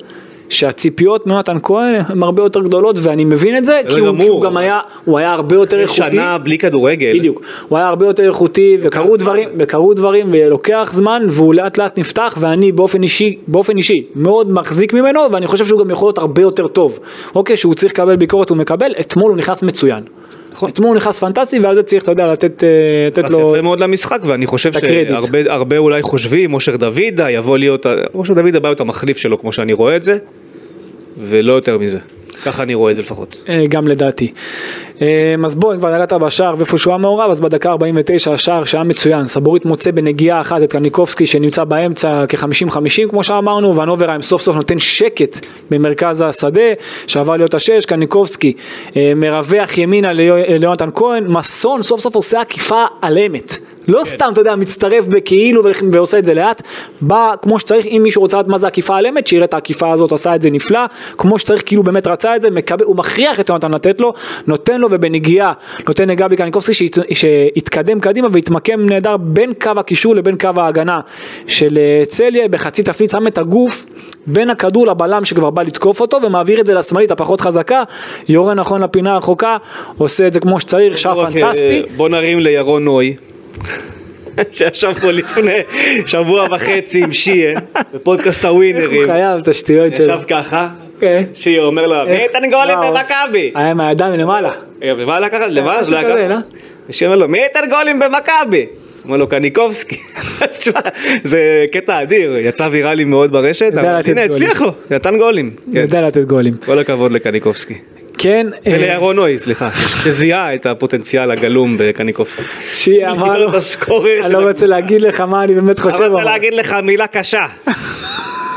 Speaker 3: שהציפיות מיונתן כהן הן הרבה יותר גדולות ואני מבין את זה כי הוא,
Speaker 2: גמור,
Speaker 3: כי הוא גם
Speaker 2: אבל-
Speaker 3: היה הוא היה הרבה יותר איכותי
Speaker 2: שנה בלי כדורגל.
Speaker 3: בדיוק, הוא היה הרבה יותר איכותי וקרו
Speaker 2: זמן.
Speaker 3: דברים, וקרו דברים ולוקח זמן והוא לאט לאט נפתח ואני באופן אישי, באופן אישי מאוד מחזיק ממנו ואני חושב שהוא גם יכול להיות הרבה יותר טוב. אוקיי, שהוא צריך לקבל ביקורת הוא מקבל, אתמול הוא נכנס מצוין. אתמול הוא נכנס פנטסטי ואז זה צריך, אתה יודע, לתת, אה, לתת
Speaker 2: נכנס
Speaker 3: לו...
Speaker 2: יפה מאוד למשחק ואני חושב
Speaker 3: את הקרדיט.
Speaker 2: שהרבה הרבה אולי חושבים אושר דוידה יבוא להיות, ה- אושר דוידה בא להיות המחליף שלו כמו שאני רואה את זה ולא יותר מזה, ככה אני רואה את זה לפחות.
Speaker 3: אה, גם לדעתי. אה, אז בוא, אם כבר נגעת בשער ואיפה שהוא היה מעורב, אז בדקה 49 השער שהיה מצוין, סבורית מוצא בנגיעה אחת את קניקובסקי שנמצא באמצע כ-50-50 כמו שאמרנו, והנוברהיים סוף סוף נותן שקט במרכז השדה, שעבר להיות השש, קניקובסקי אה, מרווח ימינה ליו- אה, ליונתן כהן, מסון סוף סוף עושה עקיפה על אמת. לא
Speaker 2: כן.
Speaker 3: סתם, אתה יודע, מצטרף בכאילו ו- ועושה את זה לאט, בא כמו שצריך, אם מישהו רוצה לדעת מה זה עקיפה על אמת, שיראה את העקיפה הזאת, עשה את זה נפלא, כמו שצריך, כאילו באמת רצה את זה, מקבל, הוא מכריח את יונתן לתת לו, נותן לו ובנגיעה, נותן לגבי קניקובסקי שהת- שהתקדם קדימה והתמקם נהדר בין קו הקישור לבין קו ההגנה של אה, צליה, בחצי תפליט שם את הגוף. בין הכדור לבלם שכבר בא לתקוף אותו ומעביר את זה לשמאלית הפחות חזקה, יורה נכון לפינה הרחוקה, עושה את זה כמו שצריך, שעה
Speaker 2: רק,
Speaker 3: פנטסטי.
Speaker 2: אה, בוא נרים לירון נוי. שישב פה לפני שבוע וחצי עם שיה בפודקאסט
Speaker 3: הוא
Speaker 2: הווינרים,
Speaker 3: חייב תשתיות של...
Speaker 2: אה, ישב ככה,
Speaker 3: כן.
Speaker 2: שיה אומר לו, מי
Speaker 3: איך-
Speaker 2: יתן גולים
Speaker 3: וואו.
Speaker 2: במכבי?
Speaker 3: היה עם הידיים למעלה.
Speaker 2: אה, ומה לקחת? למעלה שלא
Speaker 3: משהו כזה, לא?
Speaker 2: לקחת? ושיר אומר לו, מי יתן גולים במכבי? אמר לו, קניקובסקי. אז תשמע, זה קטע אדיר, יצא ויראלי מאוד ברשת,
Speaker 3: יודע
Speaker 2: אבל
Speaker 3: לתת
Speaker 2: הנה,
Speaker 3: גולים.
Speaker 2: הצליח לו, נתן גולים. כן.
Speaker 3: יודע לתת גולים.
Speaker 2: כל הכבוד לקניקובסקי.
Speaker 3: כן, אה,
Speaker 2: ולירון נוי, סליחה, שזיהה את הפוטנציאל הגלום בקניקובסקי.
Speaker 3: שהיא אמרה לו,
Speaker 2: את הסקורר
Speaker 3: אני
Speaker 2: של
Speaker 3: לא
Speaker 2: הקבוצה."
Speaker 3: רוצה להגיד לך מה אני באמת חושב.
Speaker 2: אני לא רוצה
Speaker 3: אבל-
Speaker 2: להגיד לך מילה קשה.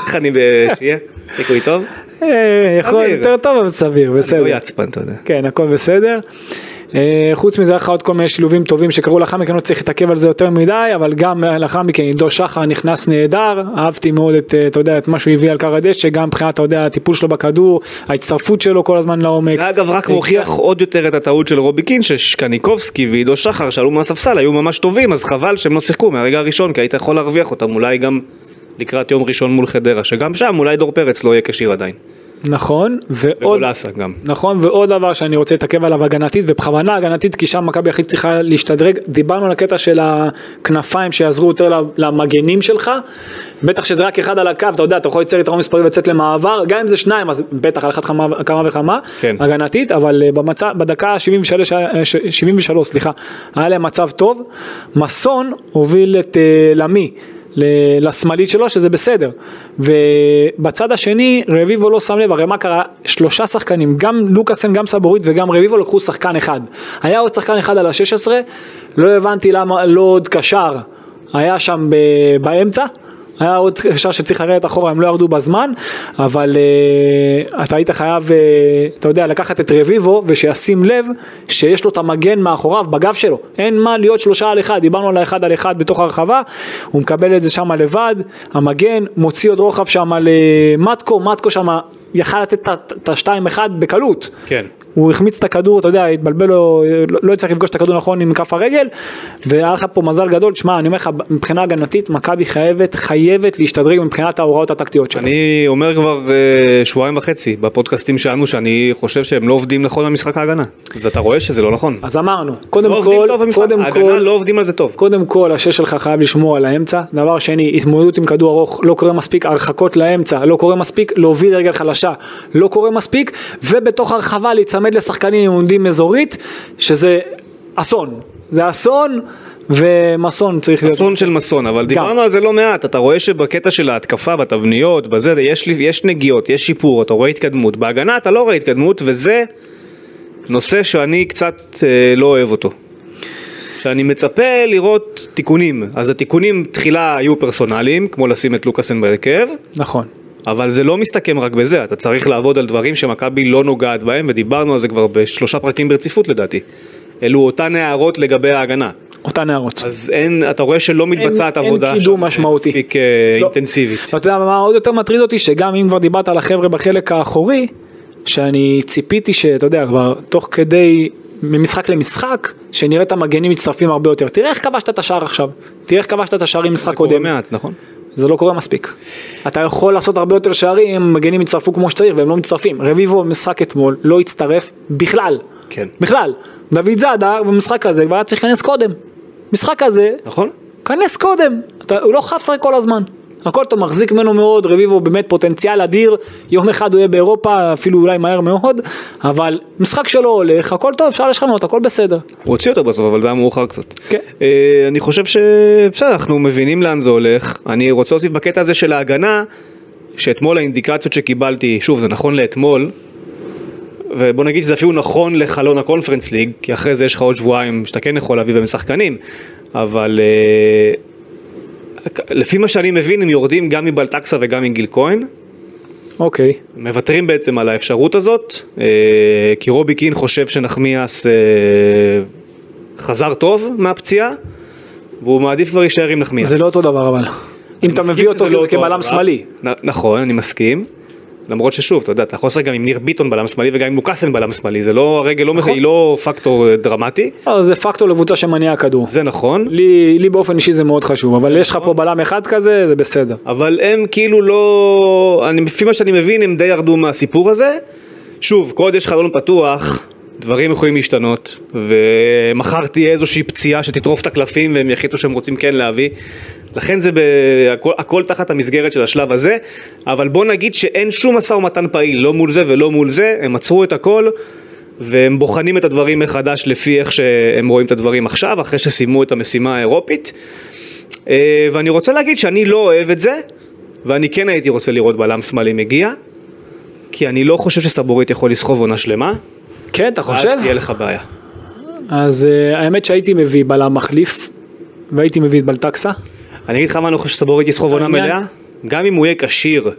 Speaker 2: איך אני בשיהיה? חיקוי טוב?
Speaker 3: אה, יכול
Speaker 2: סביר.
Speaker 3: יותר טוב אבל סביר,
Speaker 2: לא
Speaker 3: בסדר.
Speaker 2: יעצבן, אתה יודע.
Speaker 3: כן, הכל בסדר. אה, חוץ מזה היה לך עוד כל מיני שילובים טובים שקרו לאחר מכן, לא צריך להתעכב על זה יותר מדי, אבל גם לאחר מכן עידו שחר נכנס נהדר, אהבתי מאוד את, אה, אתה יודע, את מה שהוא הביא על קר הדשא, גם מבחינת, אתה יודע, הטיפול שלו בכדור, ההצטרפות שלו כל הזמן לעומק. אה,
Speaker 2: זה אגב רק מוכיח עוד יותר את הטעות של רובי קין שקניקובסקי ועידו שחר שעלו מהספסל היו ממש טובים אז חבל שהם לא שיחקו מהרגע הראשון כי היית יכול להרוויח אותם אולי גם לקראת יום ראשון מול חדרה שגם שם אולי דור פרץ לא יהיה כשיר עדיין.
Speaker 3: נכון, ועוד...
Speaker 2: וגולסה גם.
Speaker 3: נכון, ועוד דבר שאני רוצה להתעכב עליו הגנתית, ובכוונה הגנתית, כי שם מכבי הכי צריכה להשתדרג. דיברנו על הקטע של הכנפיים שיעזרו יותר למגנים שלך. בטח שזה רק אחד על הקו, אתה יודע, אתה יכול לצאת יתרון מספרי ולצאת למעבר, גם אם זה שניים, אז בטח על אחת כמה- כמה וכמה,
Speaker 2: כן.
Speaker 3: הגנתית, אבל אה, במצב, בדקה אה, ה-73, 73, סליחה, היה להם מצב טוב. מסון הוביל את אה, למי. ל- לשמאלית שלו שזה בסדר ובצד השני רביבו לא שם לב הרי מה קרה שלושה שחקנים גם לוקאסן גם סבורית וגם רביבו לקחו שחקן אחד היה עוד שחקן אחד על ה-16 לא הבנתי למה לא עוד קשר היה שם ב- באמצע היה עוד קשר שצריך לרדת אחורה הם לא ירדו בזמן אבל אה, אתה היית חייב אה, אתה יודע לקחת את רביבו ושישים לב שיש לו את המגן מאחוריו בגב שלו אין מה להיות שלושה על אחד דיברנו על האחד על אחד בתוך הרחבה הוא מקבל את זה שם לבד המגן מוציא עוד רוחב שם למטקו מתקו שם יכל לתת את השתיים אחד בקלות
Speaker 2: כן.
Speaker 3: הוא החמיץ את הכדור, אתה יודע, התבלבל לו, לא, לא הצליח לפגוש את הכדור נכון עם כף הרגל, והיה לך פה מזל גדול, תשמע, אני אומר לך, מבחינה הגנתית, מכבי חייבת, חייבת להשתדרג מבחינת ההוראות הטקטיות שלה.
Speaker 2: אני אומר כבר אה, שבועיים וחצי בפודקאסטים שלנו שאני חושב שהם לא עובדים נכון במשחק ההגנה. אז אתה רואה שזה לא נכון.
Speaker 3: אז אמרנו,
Speaker 2: לא
Speaker 3: קודם
Speaker 2: עובדים
Speaker 3: כל,
Speaker 2: טוב במשחק
Speaker 3: קודם
Speaker 2: ההגנה
Speaker 3: כל,
Speaker 2: לא עובדים על זה טוב.
Speaker 3: קודם כל השש שלך חייב לשמור על האמצע, דבר שני התמודדות עם כדור ארוך לא קורה מספיק, הרחקות לאמצע לא קורה מספיק, להוביל רגל חלשה לא קורה מספיק, ובתוך הרחבה להיצמד לשחקנים עם עומדים אזורית, שזה אסון, זה אסון ומסון צריך להיות.
Speaker 2: אסון של מסון, אבל דיברנו על זה לא מעט, אתה רואה שבקטע של ההתקפה, בתבניות, בזה, יש, לי- יש נגיעות, יש שיפור, אתה רואה התקדמות, בהגנה אתה לא רואה התקדמות, וזה נושא שאני קצת אה, לא אוהב אותו. שאני מצפה לראות תיקונים, אז התיקונים תחילה היו פרסונליים, כמו לשים את לוקאסן בהרכב,
Speaker 3: נכון.
Speaker 2: אבל זה לא מסתכם רק בזה, אתה צריך לעבוד על דברים שמכבי לא נוגעת בהם, ודיברנו על זה כבר בשלושה פרקים ברציפות לדעתי. אלו אותן הערות לגבי ההגנה.
Speaker 3: אותן הערות.
Speaker 2: אז אין, אתה רואה שלא מתבצעת
Speaker 3: אין
Speaker 2: עבודה
Speaker 3: קידום
Speaker 2: שם
Speaker 3: משמעותי.
Speaker 2: מספיק אה,
Speaker 3: לא.
Speaker 2: אינטנסיבית.
Speaker 3: אתה יודע מה עוד יותר מטריד אותי שגם אם כבר דיברת על החבר'ה בחלק האחורי שאני ציפיתי שאתה יודע כבר תוך כדי ממשחק למשחק שנראה את המגנים מצטרפים הרבה יותר תראה איך כבשת את השער עכשיו תראה איך כבשת את השערים משחק
Speaker 2: קורה
Speaker 3: קודם
Speaker 2: מעט, נכון?
Speaker 3: זה לא קורה מספיק אתה יכול לעשות הרבה יותר שערים אם המגנים יצטרפו כמו שצריך והם לא מצטרפים רביבו במשחק אתמול לא הצטרף בכלל
Speaker 2: כן.
Speaker 3: בכלל דוד זאדה במשחק הזה כבר היה צריך להיכנס קודם משחק הזה
Speaker 2: נכון?
Speaker 3: כנס קודם, אתה, הוא לא חייב לשחק כל הזמן. הכל טוב, מחזיק ממנו מאוד, רביבו באמת פוטנציאל אדיר, יום אחד הוא יהיה באירופה, אפילו אולי מהר מאוד, אבל משחק שלו הולך, הכל טוב, אפשר לשנות, הכל בסדר.
Speaker 2: הוא הוציא אותו בסוף, אבל זה היה מאוחר קצת.
Speaker 3: כן.
Speaker 2: אה, אני חושב ש... בסדר, אנחנו מבינים לאן זה הולך. אני רוצה להוסיף בקטע הזה של ההגנה, שאתמול האינדיקציות שקיבלתי, שוב, זה נכון לאתמול, ובוא נגיד שזה אפילו נכון לחלון הקונפרנס ליג, כי אחרי זה יש לך עוד שבועיים שאתה כן יכול להביא בהם שחקנים, אבל אה, לפי מה שאני מבין, הם יורדים גם מבלטקסה וגם מגיל כהן.
Speaker 3: אוקיי,
Speaker 2: מוותרים בעצם על האפשרות הזאת, אה, כי רובי קין חושב שנחמיאס אה, חזר טוב מהפציעה, והוא מעדיף כבר להישאר עם נחמיאס.
Speaker 3: זה לא אותו דבר אבל. אם
Speaker 2: אני
Speaker 3: אתה
Speaker 2: מסכים
Speaker 3: מביא אותו
Speaker 2: שזה לא
Speaker 3: כזה כבלם
Speaker 2: הדבר.
Speaker 3: שמאלי.
Speaker 2: נ- נכון, אני מסכים. למרות ששוב, אתה יודע, אתה יכול לשחק גם עם ניר ביטון בלם שמאלי וגם עם לוקאסן בלם שמאלי, זה לא, הרגל לא,
Speaker 3: נכון.
Speaker 2: נכון. היא לא פקטור אה, דרמטי,
Speaker 3: לא, זה פקטור לקבוצה שמניעה כדור.
Speaker 2: זה נכון.
Speaker 3: לי, לי באופן אישי זה נכון. מאוד חשוב, אבל יש לך פה בלם אחד כזה, זה בסדר.
Speaker 2: אבל הם כאילו לא... אני, לפי מה שאני מבין, הם די ירדו מהסיפור הזה. שוב, כל עוד יש חלון פתוח, דברים יכולים להשתנות, ומחר תהיה איזושהי פציעה שתטרוף את הקלפים והם יחליטו שהם רוצים כן להביא. לכן זה ב... הכל, הכל תחת המסגרת של השלב הזה, אבל בוא נגיד שאין שום משא ומתן פעיל, לא מול זה ולא מול זה, הם עצרו את הכל. והם בוחנים את הדברים מחדש לפי איך שהם רואים את הדברים עכשיו, אחרי שסיימו את המשימה האירופית. אה, ואני רוצה להגיד שאני לא אוהב את זה, ואני כן הייתי רוצה לראות בלם שמאלי מגיע, כי אני לא חושב שסבורית יכול לסחוב עונה שלמה,
Speaker 3: כן, אתה
Speaker 2: ואז
Speaker 3: חושב?
Speaker 2: תהיה לך בעיה.
Speaker 3: אז אה, האמת שהייתי מביא בלם מחליף, והייתי מביא את בלטקסה.
Speaker 2: אני אגיד לך מה אני חושב שסבורית יסחוב עונה
Speaker 3: העניין-
Speaker 2: מלאה, גם אם הוא יהיה כשיר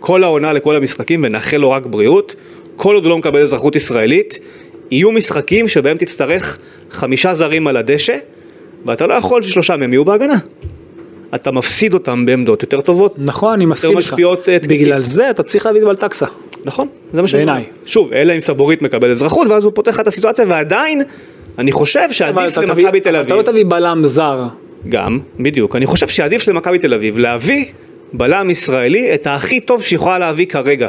Speaker 2: כל העונה לכל המשחקים, ונאחל לו רק בריאות, כל עוד הוא לא מקבל אזרחות ישראלית, יהיו משחקים שבהם תצטרך חמישה זרים על הדשא, ואתה לא יכול ששלושה מהם יהיו בהגנה. אתה מפסיד אותם בעמדות יותר טובות.
Speaker 3: נכון, אני מסכים איתך.
Speaker 2: משפיעות, אה, תקפית.
Speaker 3: בגלל זה אתה צריך להביא את בלטקסה.
Speaker 2: נכון, זה מה שאני
Speaker 3: בעיניי.
Speaker 2: אומר. שוב, אלא אם סבורית מקבל אזרחות, ואז הוא פותח את הסיטואציה, ועדיין, אני חושב
Speaker 3: אבל
Speaker 2: שעדיף
Speaker 3: אתה תביא-
Speaker 2: למכבי תל
Speaker 3: אתה
Speaker 2: אביב,
Speaker 3: לא תביא בלם זר.
Speaker 2: גם, בדיוק, אני חושב שעדיף למכבי תל אביב להביא בלם ישראלי את הכי טוב שהיא יכולה להביא כרגע.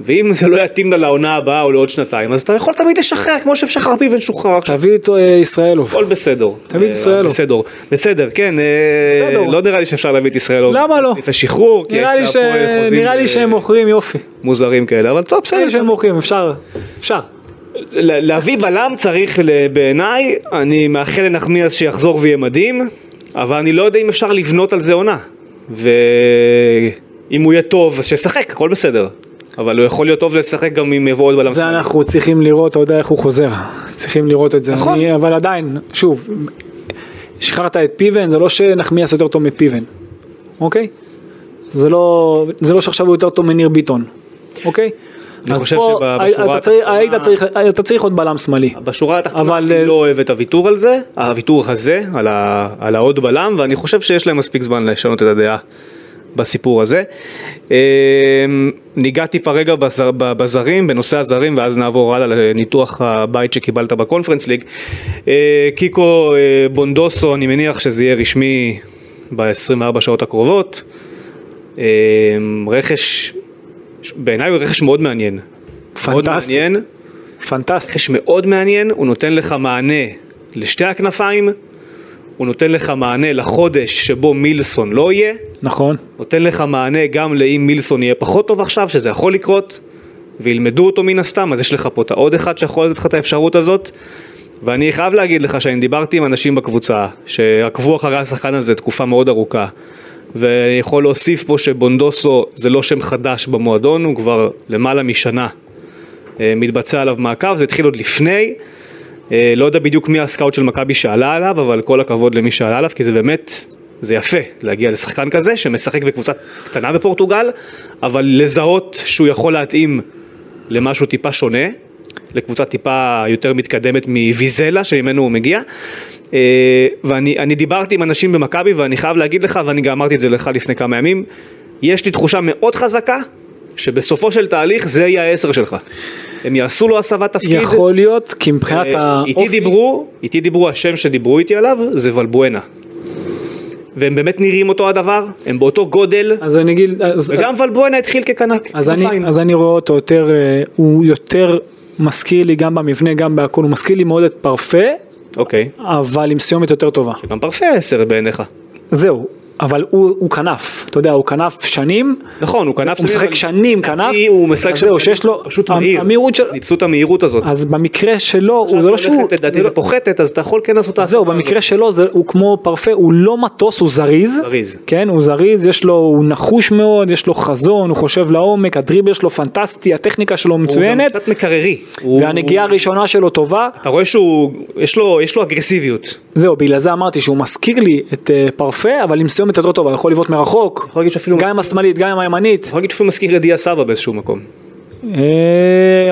Speaker 2: ואם זה לא יתאים לה לעונה הבאה או לעוד שנתיים, אז אתה יכול תמיד לשחרר, כמו ששחר פיבן שוחרר עכשיו.
Speaker 3: תביא את אה, ישראלוב.
Speaker 2: הכל בסדר.
Speaker 3: תביא את
Speaker 2: אה,
Speaker 3: ישראלוב.
Speaker 2: בסדר, בסדר, כן. אה,
Speaker 3: בסדר.
Speaker 2: לא נראה לי שאפשר להביא את ישראלוב.
Speaker 3: למה לא?
Speaker 2: בסעיף השחרור, כי יש
Speaker 3: נראה לי
Speaker 2: לה
Speaker 3: ש-
Speaker 2: פה אה, חוזים
Speaker 3: נראה לי
Speaker 2: אה,
Speaker 3: שהם מוכרים יופי.
Speaker 2: מוזרים כאלה, אבל טוב,
Speaker 3: נראה
Speaker 2: בסדר.
Speaker 3: לי שהם מוכרים, אפשר. אפשר.
Speaker 2: לה- להביא בלם צריך ל- בעיניי, אני מאחל לנחמיאס שיחזור ויהיה מדהים, אבל אני לא יודע אם אפשר לבנות על זה עונה. ואם הוא יהיה טוב, אז שישחק, הכל בסדר. אבל הוא יכול להיות טוב לשחק גם אם יבוא עוד בלם.
Speaker 3: זה
Speaker 2: שמאלי.
Speaker 3: אנחנו צריכים לראות, אתה יודע איך הוא חוזר. צריכים לראות את זה.
Speaker 2: נכון.
Speaker 3: אני- אבל עדיין, שוב, שחררת את פיבן, זה לא שנחמיאס יותר טוב מפיבן. אוקיי? זה לא זה לא שעכשיו הוא יותר טוב מניר ביטון. אוקיי?
Speaker 2: אני
Speaker 3: אז
Speaker 2: חושב
Speaker 3: פה
Speaker 2: שבשורה
Speaker 3: אתה צריך-
Speaker 2: התחתונה-
Speaker 3: היית צריך- אתה צריך עוד בלם שמאלי.
Speaker 2: בשורה התחתונה
Speaker 3: אבל,
Speaker 2: אני
Speaker 3: אה,
Speaker 2: לא אוהב את הוויתור על זה, הוויתור הזה, על, ה, על העוד בלם, ואני חושב שיש להם מספיק זמן לשנות את הדעה בסיפור הזה. אה, ניגע טיפה רגע בזר, ב- בזרים, בנושא הזרים, ואז נעבור הלאה לניתוח הבית שקיבלת בקונפרנס ליג. אה, קיקו אה, בונדוסו, אני מניח שזה יהיה רשמי ב-24 שעות הקרובות. אה, רכש, בעיניי הוא רכש מאוד מעניין. מאוד
Speaker 3: פנטסטי.
Speaker 2: מעניין.
Speaker 3: פנטסטי.
Speaker 2: רכש מאוד מעניין, הוא נותן לך מענה לשתי הכנפיים, הוא נותן לך מענה לחודש שבו מילסון לא יהיה,
Speaker 3: נכון.
Speaker 2: נותן לך מענה גם לאם מילסון יהיה פחות טוב עכשיו, שזה יכול לקרות, וילמדו אותו מן הסתם, אז יש לך פה את העוד אחד שיכול לתת לך את האפשרות הזאת. ואני חייב להגיד לך שאני דיברתי עם אנשים בקבוצה שעקבו אחרי השחקן הזה תקופה מאוד ארוכה ואני יכול להוסיף פה שבונדוסו זה לא שם חדש במועדון, הוא כבר למעלה משנה אה, מתבצע עליו מעקב, זה התחיל עוד לפני. אה, לא יודע בדיוק מי הסקאוט של מכבי שעלה עליו, אבל כל הכבוד למי שעלה עליו, כי זה באמת זה יפה להגיע לשחקן כזה שמשחק בקבוצה קטנה בפורטוגל, אבל לזהות שהוא יכול להתאים למשהו טיפה שונה, לקבוצה טיפה יותר מתקדמת מוויזלה שממנו הוא מגיע. אה, ואני אני דיברתי עם אנשים במכבי ואני חייב להגיד לך, ואני גם אמרתי את זה לך לפני כמה ימים, יש לי תחושה מאוד חזקה שבסופו של תהליך זה יהיה העשר שלך. הם יעשו לו הסבת תפקיד.
Speaker 3: יכול להיות, כי מבחינת
Speaker 2: אה,
Speaker 3: האופי...
Speaker 2: איתי דיברו, איתי דיברו, השם שדיברו איתי עליו זה ולבואנה. והם באמת נראים אותו הדבר, הם באותו גודל,
Speaker 3: אז אני אגיד... אז-
Speaker 2: וגם ולבואנה התחיל ככנף.
Speaker 3: אז
Speaker 2: כנפיים.
Speaker 3: אני, אז אני רואה אותו יותר, אה, הוא יותר מזכיר לי גם במבנה, גם בהכל, הוא מזכיר לי מאוד את פרפה,
Speaker 2: אוקיי.
Speaker 3: אבל עם סיומת יותר טובה.
Speaker 2: גם פרפה עשר בעיניך.
Speaker 3: זהו, אבל הוא, הוא כנף, אתה יודע, הוא כנף שנים,
Speaker 2: נכון, הוא כנף
Speaker 3: הוא
Speaker 2: שמאל,
Speaker 3: משחק
Speaker 2: אבל-
Speaker 3: שנים כנף,
Speaker 2: לדעתי הוא משחק
Speaker 3: אז
Speaker 2: שם
Speaker 3: זהו,
Speaker 2: שנים,
Speaker 3: שיש לו,
Speaker 2: פשוט
Speaker 3: המ-
Speaker 2: מהיר.
Speaker 3: המהירות של...
Speaker 2: ניצלו את המהירות הזאת.
Speaker 3: אז במקרה שלו, הוא
Speaker 2: עכשיו
Speaker 3: לא
Speaker 2: הולכת,
Speaker 3: שהוא...
Speaker 2: לדעתי
Speaker 3: זה לא-
Speaker 2: ופוחתת, אז אתה יכול כן לעשות את
Speaker 3: אז זהו,
Speaker 2: ההסבה
Speaker 3: במקרה שלו זה, הוא כמו פרפה, הוא לא מטוס, הוא זריז.
Speaker 2: זריז.
Speaker 3: כן, הוא זריז, יש לו, הוא נחוש מאוד, יש לו חזון, הוא חושב לעומק, הדריבל שלו פנטסטי, הטכניקה שלו
Speaker 2: הזאת. הוא גם
Speaker 3: מצוינת,
Speaker 2: קצת מקררי. הוא-
Speaker 3: והנגיעה הראשונה שלו טובה.
Speaker 2: אתה רואה שהוא, יש לו- יש לו אגרסיביות.
Speaker 3: זהו, בגלל זה אמרתי שהוא מזכיר לי את אה, פרפה, אבל עם סיומת יותר טובה, הוא יכול לבעוט מרחוק,
Speaker 2: יכול להגיד שאפילו-
Speaker 3: גם עם השמאלית, גם עם הימנית,
Speaker 2: יכול להגיד שהוא מזכיר את דיה סבא באיזשהו מקום.
Speaker 3: אה,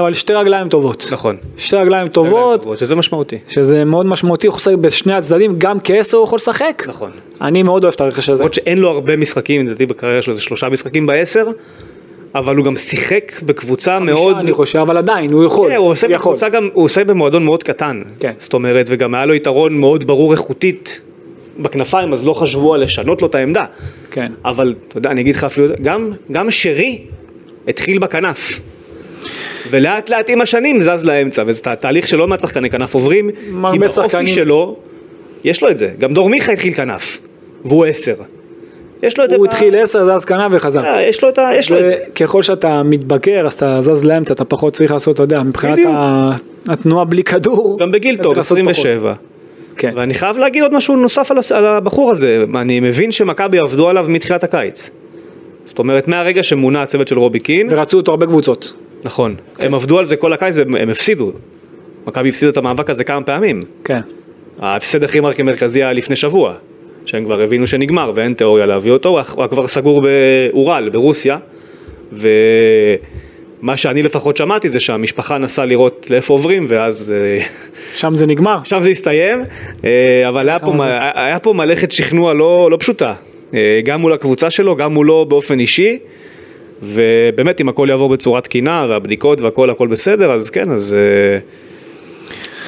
Speaker 3: אבל שתי רגליים טובות.
Speaker 2: נכון.
Speaker 3: שתי רגליים טובות,
Speaker 2: שזה משמעותי.
Speaker 3: שזה מאוד משמעותי, הוא חושב בשני הצדדים, גם כעשר הוא יכול לשחק.
Speaker 2: נכון.
Speaker 3: אני מאוד אוהב את הרכש הזה.
Speaker 2: למרות שאין לו הרבה משחקים, לדעתי בקריירה שלו זה שלושה משחקים בעשר, אבל הוא גם שיחק בקבוצה מאוד...
Speaker 3: אני חושב, אבל עדיין, הוא יכול.
Speaker 2: כן, הוא עושה
Speaker 3: יכול.
Speaker 2: בקבוצה גם, הוא עושה במועדון מאוד קטן.
Speaker 3: כן.
Speaker 2: זאת אומרת, וגם היה לו יתרון מאוד ברור איכותית בכנפיים, אז לא חשבו על לשנות לו את העמדה.
Speaker 3: כן.
Speaker 2: אבל, אתה יודע, אני אגיד לך אפילו, גם, גם שרי התחיל בכנף. ולאט לאט עם השנים זז לאמצע, וזה תה- תהליך שלא מעט שחקני כנף עוברים, כי
Speaker 3: הרבה
Speaker 2: באופי
Speaker 3: שחקנים-
Speaker 2: שלו, יש לו את זה. גם דור מיכה התחיל כנף, והוא עשר. יש לו את זה...
Speaker 3: הוא
Speaker 2: ב-
Speaker 3: התחיל עשר, זז קנה וחזר.
Speaker 2: אה, יש לו את ה... יש לו את זה.
Speaker 3: ככל שאתה מתבגר, אז אתה זז לאמצע, אתה פחות צריך לעשות, אתה יודע, מבחינת
Speaker 2: בדיוק.
Speaker 3: ה- התנועה בלי כדור.
Speaker 2: גם בגיל
Speaker 3: אתה
Speaker 2: טוב,
Speaker 3: צריך לעשות פחות.
Speaker 2: 27.
Speaker 3: כן.
Speaker 2: ואני חייב להגיד עוד משהו נוסף על הס- על הבחור הזה, אני מבין שמכבי עבדו עליו מתחילת הקיץ. זאת אומרת, מהרגע שמונה הצוות של רובי קין,
Speaker 3: ורצו אותו הרבה קבוצות.
Speaker 2: נכון, הם עבדו על זה כל הקיץ והם הם הפסידו. מכבי הפסידה את המאבק הזה כמה פעמים.
Speaker 3: כן.
Speaker 2: ההפסד הכי מר- מרכזי היה לפני שבוע, שהם כבר הבינו שנגמר ואין תיאוריה להביא אותו, הוא היה- הוא היה כבר סגור באורל, ברוסיה, ומה שאני לפחות שמעתי זה שהמשפחה נסעה לראות לאיפה עוברים, ואז אה,
Speaker 3: שם זה נגמר.
Speaker 2: שם זה הסתיים, אה, אבל היה פה,
Speaker 3: כמה
Speaker 2: מ- היה פה מלאכת שכנוע לא, לא פשוטה, אה, גם מול הקבוצה שלו, גם מולו באופן אישי, ובאמת אם הכל יעבור בצורה תקינה, והבדיקות והכל הכל בסדר, אז כן, אז, אה,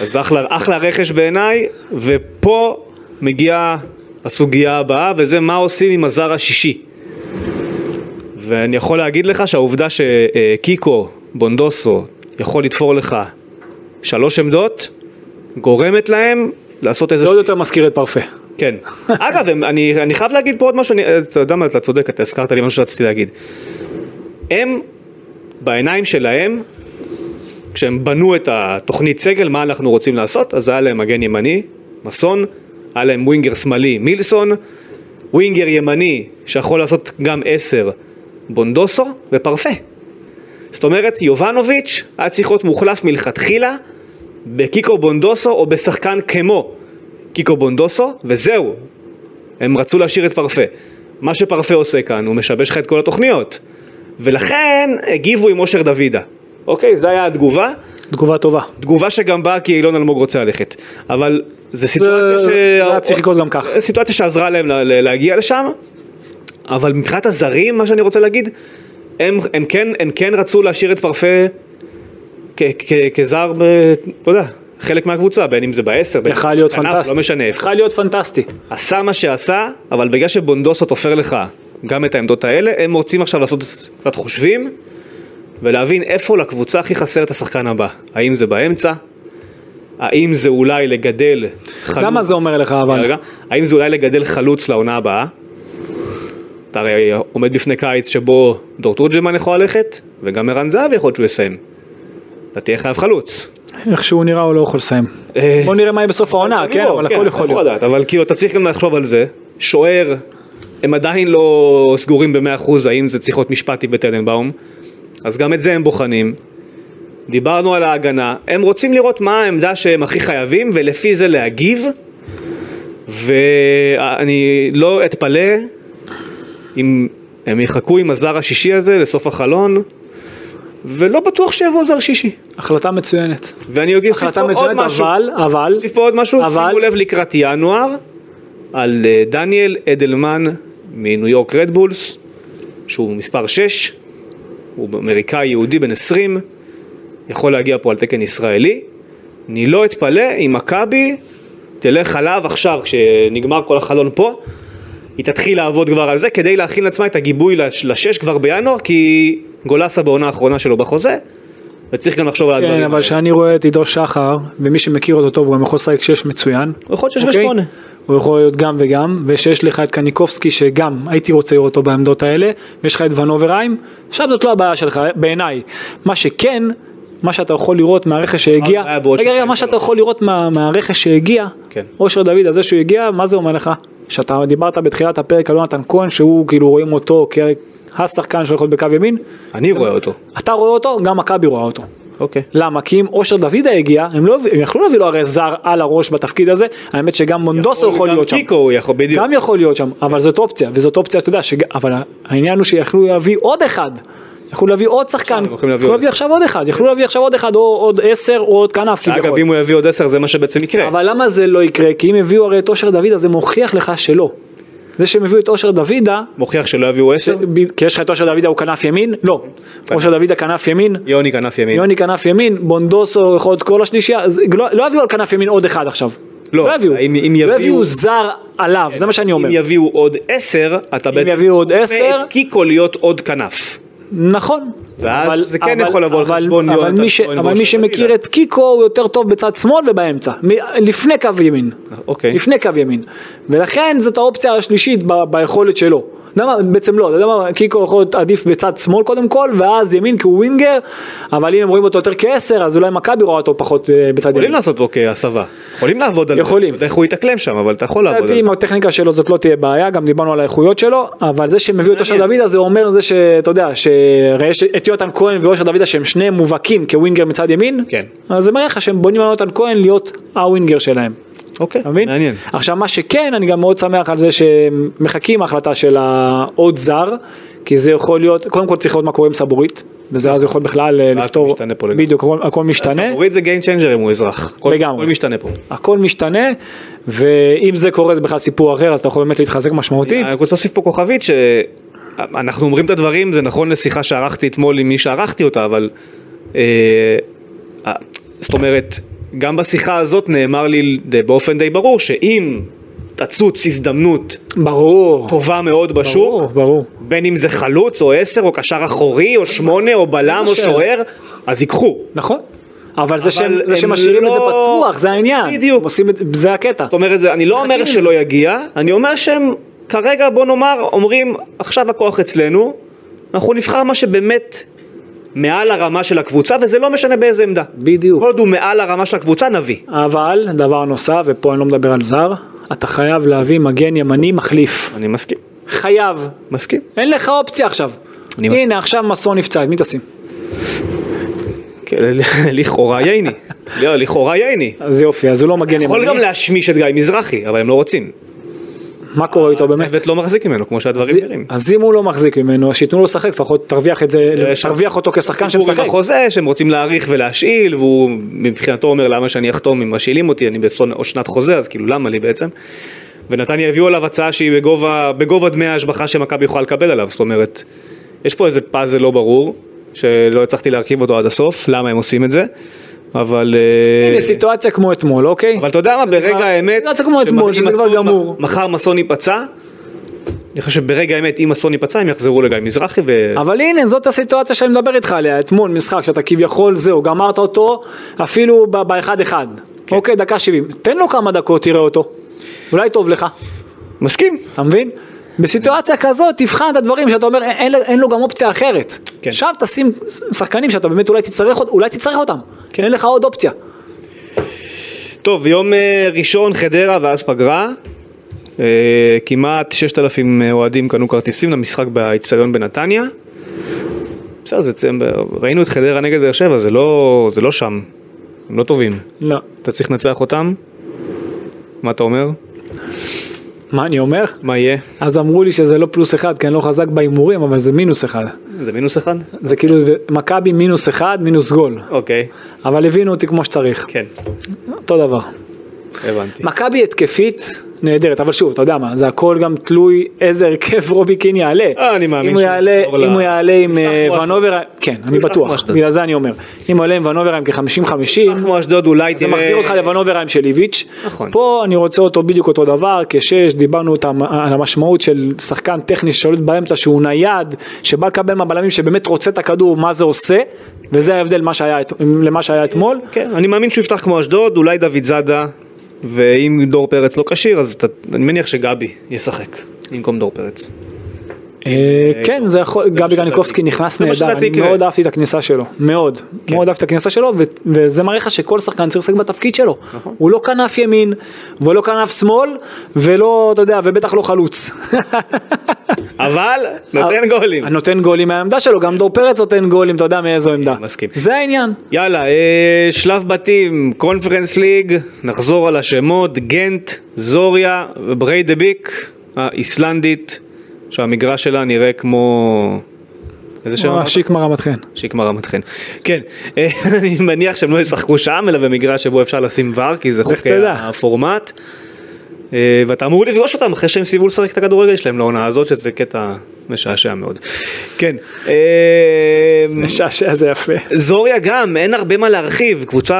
Speaker 2: אז אחלה, אחלה רכש בעיניי, ופה מגיעה הסוגיה הבאה, וזה מה עושים עם הזר השישי. ואני יכול להגיד לך שהעובדה שקיקו, בונדוסו, יכול לתפור לך שלוש עמדות, גורמת להם לעשות איזה...
Speaker 3: זה עוד יותר מזכיר את פרפה.
Speaker 2: כן. אגב, הם, אני, אני חייב להגיד פה עוד משהו, אני, אה, אתה יודע מה, אתה צודק, אתה הזכרת לי משהו שרציתי להגיד. הם, בעיניים שלהם, כשהם בנו את התוכנית סגל, מה אנחנו רוצים לעשות, אז היה להם מגן ימני, מסון, היה להם ווינגר שמאלי, מילסון, ווינגר ימני, שיכול לעשות גם עשר, בונדוסו ופרפה. זאת אומרת, יובנוביץ' היה צריך להיות מוחלף מלכתחילה בקיקו בונדוסו או בשחקן כמו קיקו בונדוסו, וזהו. הם רצו להשאיר את פרפה. מה שפרפה עושה כאן, הוא משבש לך את כל התוכניות. ולכן הגיבו עם אושר דוידה. אוקיי, זו הייתה התגובה.
Speaker 3: תגובה טובה.
Speaker 2: תגובה שגם באה כי אילון אלמוג רוצה ללכת. אבל זו סיטואציה ש...
Speaker 3: זה היה צריך לקרות גם כך.
Speaker 2: סיטואציה שעזרה להם ל- ל- להגיע לשם. אבל מבחינת הזרים, מה שאני רוצה להגיד, הם, הם, כן, הם כן רצו להשאיר את פרפה כ- כ- כזר, ב- לא יודע, חלק מהקבוצה, בין אם זה בעשר, בין אם
Speaker 3: יכל להיות
Speaker 2: בכנף,
Speaker 3: פנטסטי.
Speaker 2: לא משנה איפה.
Speaker 3: יכל להיות פנטסטי.
Speaker 2: עשה מה שעשה, אבל בגלל שבונדוסו תופר לך גם את העמדות האלה, הם רוצים עכשיו לעשות קצת חושבים, ולהבין איפה לקבוצה הכי חסר את השחקן הבא. האם זה באמצע? האם זה אולי לגדל חלוץ?
Speaker 3: למה זה אומר לך, אבל?
Speaker 2: רגע, האם זה אולי לגדל חלוץ לעונה הבאה? אתה הרי עומד בפני קיץ שבו דור תורג'מן יכול ללכת, וגם ערן זהבי יכול להיות שהוא יסיים. אתה תהיה חייב חלוץ.
Speaker 3: איך שהוא נראה הוא לא יכול לסיים.
Speaker 2: אה,
Speaker 3: בוא נראה מה יהיה בסוף העונה, כן,
Speaker 2: לא,
Speaker 3: אבל הכל יכול להיות.
Speaker 2: לדעת, אבל כאילו אתה צריך גם לחשוב על זה, שוער, הם עדיין לא סגורים ב-100% האם זה צריך להיות משפטי בטננבאום, אז גם את זה הם בוחנים. דיברנו על ההגנה, הם רוצים לראות מה העמדה שהם הכי חייבים ולפי זה להגיב ואני לא אתפלא אם הם יחכו עם הזר השישי הזה לסוף החלון, ולא בטוח שיבוא זר שישי.
Speaker 3: החלטה מצוינת.
Speaker 2: ואני אגיד, אוסיף פה
Speaker 3: החלטה
Speaker 2: עוד
Speaker 3: מצוינת,
Speaker 2: משהו.
Speaker 3: אבל, אבל,
Speaker 2: אוסיף פה עוד משהו,
Speaker 3: אבל-
Speaker 2: שימו לב לקראת ינואר, על אה, דניאל אדלמן מניו יורק רדבולס, שהוא מספר 6, הוא אמריקאי יהודי בן 20, יכול להגיע פה על תקן ישראלי. אני לא אתפלא אם מכבי תלך עליו עכשיו, כשנגמר כל החלון פה, היא תתחיל לעבוד כבר על זה כדי להכין לעצמה את הגיבוי לש- לשש כבר בינואר, כי גולסה בעונה האחרונה שלו בחוזה, וצריך גם לחשוב על הדברים
Speaker 3: כן, אבל כשאני רואה את עידו שחר, ומי שמכיר אותו טוב, הוא גם יכול לשחק שש מצוין.
Speaker 2: הוא יכול להיות שש
Speaker 3: אוקיי?
Speaker 2: ושמונה.
Speaker 3: הוא יכול להיות גם וגם, ושיש לך את קניקובסקי שגם הייתי רוצה לראות אותו בעמדות האלה, ויש לך את ונוברהיים, שם זאת לא הבעיה שלך בעיניי. מה שכן, מה שאתה יכול לראות מהרכש שהגיע,
Speaker 2: הבעיה אה, בעוד
Speaker 3: רגע רגע,
Speaker 2: שנתיים
Speaker 3: מה
Speaker 2: שלוש.
Speaker 3: שאתה יכול לראות מה- מהרכש שהגיע,
Speaker 2: כן.
Speaker 3: אושר דוד הזה שהוא הגיע, מה זה אומר לך? שאתה דיברת בתחילת הפרק על יונתן כהן, שהוא כאילו רואים אותו כהשחקן שיכול להיות בקו ימין,
Speaker 2: אני רואה אותו.
Speaker 3: אתה רואה אותו, גם מכבי רואה אותו.
Speaker 2: אוקיי.
Speaker 3: למה? כי אם אושר דוידה הגיע, הם, לא, הם יכלו להביא לו הרי זר על הראש בתפקיד הזה, האמת שגם מונדוסו יכול להיות שם.
Speaker 2: גם קיקו הוא יכול, בדיוק.
Speaker 3: גם יכול להיות שם, אבל זאת אופציה, וזאת אופציה, אתה יודע, שג... אבל העניין הוא שיכלו להביא עוד אחד. יכלו להביא עוד שחקן,
Speaker 2: הם יכולים להביא
Speaker 3: יכלו
Speaker 2: עוד
Speaker 3: להביא עכשיו עוד אחד, יכלו להביא עכשיו עוד אחד, או עוד עשר, או עוד כנף
Speaker 2: אגב,
Speaker 3: כביכול.
Speaker 2: אם הוא יביא עוד עשר זה מה שבעצם יקרה.
Speaker 3: אבל למה זה לא יקרה? כי אם הביאו הרי את אושר דוידה, זה מוכיח לך שלא. זה שהם הביאו את אושר דוידה,
Speaker 2: מוכיח שלא יביאו עשר.
Speaker 3: ב- כי יש לך את אושר דוידה הוא כנף ימין? לא. אושר דוידה כנף ימין,
Speaker 2: יוני כנף ימין.
Speaker 3: יוני כנף ימין, בונדוסו יכול להיות כל השלישייה, אז לא, לא יביאו על כנף ימין עוד אחד עכשיו.
Speaker 2: לא,
Speaker 3: לא יביאו.
Speaker 2: אם- אם יביאו-
Speaker 3: לא יביאו זר עליו, זה מה שאני אומר.
Speaker 2: אם יביאו עוד עשר, אתה בעצם...
Speaker 3: יביאו עוד
Speaker 2: כופה
Speaker 3: עשר-
Speaker 2: את קיקו להיות עוד כנף.
Speaker 3: נכון.
Speaker 2: ואז זה כן יכול לבוא על
Speaker 3: אבל-
Speaker 2: חשבון
Speaker 3: אבל
Speaker 2: יונתן
Speaker 3: מי ש-
Speaker 2: כהן
Speaker 3: אבל
Speaker 2: ואושר
Speaker 3: מי שמכיר
Speaker 2: דוידה.
Speaker 3: את קיקו הוא יותר טוב בצד שמאל ובאמצע, מ- לפני קו ימין.
Speaker 2: אוקיי.
Speaker 3: לפני קו ימין. ולכן זאת האופציה השלישית ב- ביכולת שלו. אתה יודע מה, בעצם לא, אתה יודע מה, קיקו יכול להיות עדיף בצד שמאל קודם כל, ואז ימין כי הוא ווינגר, אבל אם הם רואים אותו יותר כעשר, אז אולי מכבי רואה אותו פחות אה, בצד
Speaker 2: יכולים
Speaker 3: ימין.
Speaker 2: לעשות פה כהסבה. יכולים לעבוד על זה.
Speaker 3: יכולים.
Speaker 2: איך הוא יתאקלם שם, אבל אתה יכול לעבוד על
Speaker 3: לדעתי
Speaker 2: זה.
Speaker 3: עם הטכניקה שלו זאת לא תהיה בעיה, גם דיברנו על האיכויות שלו, אבל זה שהם הביאו את אושר
Speaker 2: מעניין.
Speaker 3: דוידה זה אומר זה שאתה יודע, שראה את יונתן כהן ואושר דוידה שהם שניהם מובהקים כווינגר מצד ימין,
Speaker 2: כן.
Speaker 3: אז זה מראה לך שהם בונים על יונתן כהן להיות הווינגר שלהם,
Speaker 2: אוקיי,
Speaker 3: אתה מבין?
Speaker 2: מעניין.
Speaker 3: עכשיו מה שכן, אני גם מאוד שמח על זה שמחכים ההחלטה של העוד זר, כי זה יכול להיות, קודם כל צריך לראות מה קורה עם סבורית, וזה אז יכול בכלל אה,
Speaker 2: ואז
Speaker 3: לפתור,
Speaker 2: משתנה פה לגמרי. אה,
Speaker 3: בדיוק, הכל- הכל משתנה.
Speaker 2: סבורית זה Game Changer אם הוא אזרח. הכל-
Speaker 3: לגמרי.
Speaker 2: הכל משתנה פה.
Speaker 3: הכל משתנה, ואם זה קורה זה בכלל סיפור אחר, אז אתה יכול באמת להתחזק משמעותית.
Speaker 2: אני רוצה להוסיף אה, פה כוכבית שאנחנו אומרים את הדברים, זה נכון לשיחה שערכתי אתמול עם מי שערכתי אותה, אבל אה, אה, זאת אומרת, גם בשיחה הזאת נאמר לי די- באופן די ברור שאם תצוץ הזדמנות
Speaker 3: ברור.
Speaker 2: טובה מאוד
Speaker 3: ברור,
Speaker 2: בשוק,
Speaker 3: ברור.
Speaker 2: בין אם זה חלוץ או עשר או קשר אחורי או שמונה או בלם או
Speaker 3: איזה שאלה.
Speaker 2: שוער, אז ייקחו.
Speaker 3: נכון. אבל זה שהם
Speaker 2: הם
Speaker 3: זה שמשאירים את זה
Speaker 2: לא-
Speaker 3: פתוח, זה העניין.
Speaker 2: בדיוק.
Speaker 3: עושים את זה, זה הקטע.
Speaker 2: זאת אומרת, זה- אני לא אומר
Speaker 3: מחכים
Speaker 2: שלא יגיע, אני אומר שהם כרגע, בוא נאמר, אומרים, עכשיו הכוח אצלנו, אנחנו נבחר מה שבאמת מעל הרמה של הקבוצה, וזה לא משנה באיזה עמדה.
Speaker 3: בדיוק.
Speaker 2: כל עוד הוא מעל הרמה של הקבוצה, נביא.
Speaker 3: אבל, דבר נוסף, ופה אני לא מדבר על זר, אתה חייב להביא מגן ימני מחליף.
Speaker 2: אני מסכים.
Speaker 3: חייב.
Speaker 2: מסכים.
Speaker 3: אין לך אופציה עכשיו.
Speaker 2: אני מסכים.
Speaker 3: הנה, עכשיו מסון נפצע, את מי תשים?
Speaker 2: כן, ל- לכאורה ייני. לא, לכאורה ייני.
Speaker 3: אז יופי, אז הוא לא מגן
Speaker 2: יכול
Speaker 3: ימני.
Speaker 2: גם להשמיש את גיא מזרחי, אבל הם לא רוצים.
Speaker 3: מה קורה איתו באמת?
Speaker 2: הצוות לא מחזיק ממנו, כמו שהדברים
Speaker 3: אז-
Speaker 2: נראים.
Speaker 3: אז אם הוא לא מחזיק ממנו, אז שייתנו לו לשחק, לפחות תרוויח את זה,
Speaker 2: יש שם
Speaker 3: תרוויח אה, אותו כשחקן
Speaker 2: סיפור
Speaker 3: שמשחק.
Speaker 2: עם החוזה שהם רוצים להאריך ולהשאיל והוא מבחינתו אומר למה שאני אחתום אם משאילים אותי אני בשנת חוזה אז כאילו למה לי בעצם. ונתניה הביאו עליו הצעה שהיא בגובה, בגובה דמי ההשבחה שמכבי יכולה לקבל עליו זאת אומרת יש פה איזה פאזל לא ברור שלא הצלחתי להרכיב אותו עד הסוף למה הם עושים את זה אבל אה,
Speaker 3: הנה סיטואציה כמו אתמול, אוקיי?
Speaker 2: אבל אתה יודע מה ברגע
Speaker 3: כבר-
Speaker 2: האמת
Speaker 3: זה כמו
Speaker 2: שמח-
Speaker 3: אתמול,
Speaker 2: אם
Speaker 3: שזה כבר
Speaker 2: מסון-
Speaker 3: גמור.
Speaker 2: מחר מסון ייפצע אני חושב שברגע האמת אם מסון ייפצע הם יחזרו לגיא מזרחי ו...
Speaker 3: אבל הנה, זאת הסיטואציה שאני מדבר איתך עליה. אתמול משחק שאתה כביכול, זהו, גמרת אותו, אפילו ב- באחד-אחד.
Speaker 2: כן.
Speaker 3: אוקיי, דקה 70. תן לו כמה דקות, תראה אותו. אולי טוב לך,
Speaker 2: מסכים
Speaker 3: אתה מבין? בסיטואציה כזאת, תבחן את הדברים שאתה אומר, "אה, אין, אין, אין לו גם אופציה אחרת.
Speaker 2: כן.
Speaker 3: עכשיו תשים שחקנים שאתה באמת אולי תצטרך, אות- אולי תצטרך אותם.
Speaker 2: כן.
Speaker 3: אין לך עוד אופציה.
Speaker 2: טוב, יום אה, ראשון חדרה ואז פגרה. אה, כמעט 6,000 אוהדים קנו כרטיסים למשחק באיצטדיון בנתניה. בסדר, זה צמבר, ראינו את חדרה נגד באר שבע, זה לא, זה לא שם. הם לא טובים.
Speaker 3: לא.
Speaker 2: אתה צריך לנצח אותם? מה אתה אומר?
Speaker 3: מה אני אומר?
Speaker 2: מה יהיה?
Speaker 3: אז אמרו לי שזה לא פלוס אחד, כי אני לא חזק בהימורים, אבל זה מינוס אחד.
Speaker 2: זה מינוס אחד?
Speaker 3: זה כאילו מכבי מינוס אחד, מינוס גול.
Speaker 2: אוקיי,
Speaker 3: אבל הבינו אותי כמו שצריך.
Speaker 2: כן,
Speaker 3: אותו דבר.
Speaker 2: הבנתי.
Speaker 3: מכבי התקפית נהדרת, אבל שוב, אתה יודע מה, זה הכל גם תלוי איזה הרכב רובי קין יעלה.
Speaker 2: אה, אני מאמין
Speaker 3: אם הוא
Speaker 2: שהוא
Speaker 3: יעלה,
Speaker 2: יחזור ל-
Speaker 3: אם הוא יעלה עם
Speaker 2: יפתח
Speaker 3: אה,
Speaker 2: כמו
Speaker 3: ונובר, כן, אני
Speaker 2: יפתח כמו
Speaker 3: בטוח,
Speaker 2: אשדוד.
Speaker 3: בגלל זה אני אומר. אם הוא יעלה עם ונובר עם כ-50-50,
Speaker 2: כמו אשדוד אולי
Speaker 3: זה
Speaker 2: תראה...
Speaker 3: מחזיר אותך לוונוברהיים של איביץ'.
Speaker 2: נכון.
Speaker 3: פה אני רוצה אותו בדיוק אותו דבר, כשש, דיברנו אותם על המשמעות של שחקן טכני ששולט באמצע שהוא נייד, שבא לקבל מהבלמים שבאמת רוצה את הכדור, מה זה עושה, וזה ההבדל מה שהיה את- למה שהיה אתמול.
Speaker 2: כן, אני מאמין שהוא יפתח כמו אשדוד, אולי דוד זאדה, ואם דור פרץ לא כשיר, אז אתה- אני מניח שגבי ישחק במקום דור פרץ.
Speaker 3: אה, כן זה יכול, גבי
Speaker 2: שלדעתי-
Speaker 3: גניקובסקי נכנס
Speaker 2: זה מה כן.
Speaker 3: נהדר,
Speaker 2: שלדעתי
Speaker 3: אני
Speaker 2: יקרה.
Speaker 3: מאוד אהבתי את הכניסה שלו, מאוד, מאוד אהבתי את הכניסה שלו ו- וזה מראה לך שכל שחקן צריך לשחק בתפקיד שלו,
Speaker 2: נכון.
Speaker 3: הוא לא כנף ימין ולא כנף שמאל ולא, אתה יודע, ובטח לא חלוץ.
Speaker 2: אבל, נותן גולים. כן,
Speaker 3: נותן גולים מהעמדה שלו, גם דור פרץ נותן גולים, אתה יודע מאיזו עמדה.
Speaker 2: מסכים.
Speaker 3: זה העניין.
Speaker 2: יאללה, אה, שלב בתים, קונפרנס ליג, נחזור על השמות, גנט, זוריה, בריידביק, האיסלנדית, שהמגרש שלה נראה כמו... איזה שם? אמרת?
Speaker 3: שיק מרמת חן.
Speaker 2: שיקמה רמת חן. כן, אה, אני מניח שהם לא ישחקו שם, אלא במגרש שבו אפשר לשים ור, כי זה
Speaker 3: לך
Speaker 2: חוקי
Speaker 3: תדע.
Speaker 2: הפורמט. אה, ואתה אמור לפגוש אותם אחרי שהם סיימו לשחק את הכדורגל שלהם לעונה הזאת, שזה קטע משעשע מאוד. כן. אה,
Speaker 3: משעשע זה יפה.
Speaker 2: זוריה גם, אין הרבה מה להרחיב, קבוצה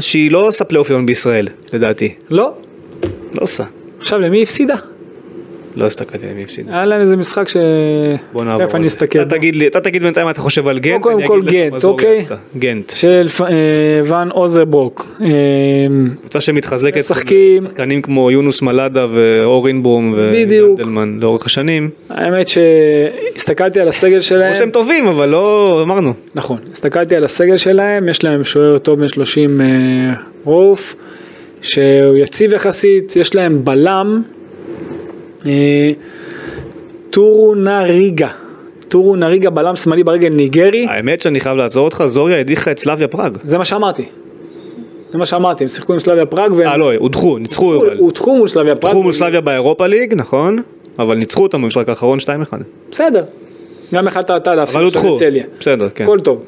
Speaker 2: שהיא לא עושה פלייאופיון בישראל, לדעתי.
Speaker 3: לא,
Speaker 2: לא עושה.
Speaker 3: עכשיו למי היא הפסידה?
Speaker 2: לא הסתכלתי למי הפסידה.
Speaker 3: היה להם איזה משחק ש...
Speaker 2: בוא נעבור.
Speaker 3: תכף אני
Speaker 2: על זה.
Speaker 3: אסתכל.
Speaker 2: אתה תגיד לי, אתה תגיד בינתיים מה אתה חושב על גנט.
Speaker 3: קודם
Speaker 2: אני
Speaker 3: כל
Speaker 2: אגיד לך מה
Speaker 3: גנט,
Speaker 2: זוריה
Speaker 3: אוקיי?
Speaker 2: עשתה. גנט.
Speaker 3: של אה, ון אוזרבורק. אה,
Speaker 2: קבוצה שמתחזקת,
Speaker 3: משחקים.
Speaker 2: עם שחקנים כמו יונוס מלאדה ואורינבום
Speaker 3: בדיוק.
Speaker 2: ודלמן לאורך השנים.
Speaker 3: האמת שהסתכלתי על הסגל
Speaker 2: כמו שהם
Speaker 3: שלהם,
Speaker 2: טובים, אבל לא אמרנו.
Speaker 3: נכון, הסתכלתי על הסגל שלהם, יש להם שוער טוב בן 30 אה, רוף, שהוא יציב יחסית, יש להם בלם, אה, טורו נריגה, טורו נריגה בלם שמאלי ברגל ניגרי,
Speaker 2: האמת שאני חייב לעצור אותך, זוריה הדיחה את סלאביה פראג.
Speaker 3: זה מה שאמרתי, זה מה שאמרתי, הם שיחקו עם סלאביה פראג, והם
Speaker 2: אה לא, הודחו, ניצחו אבל.
Speaker 3: הודחו מול סלאביה פראג,
Speaker 2: הודחו מול סלאביה באירופה ליג, נכון? אבל ניצחו אותם במשחק האחרון 2-1.
Speaker 3: בסדר, גם אחד טעתה להפסיד,
Speaker 2: אבל
Speaker 3: עכשיו
Speaker 2: הודחו.
Speaker 3: לצליה.
Speaker 2: בסדר, כן.
Speaker 3: הכל טוב.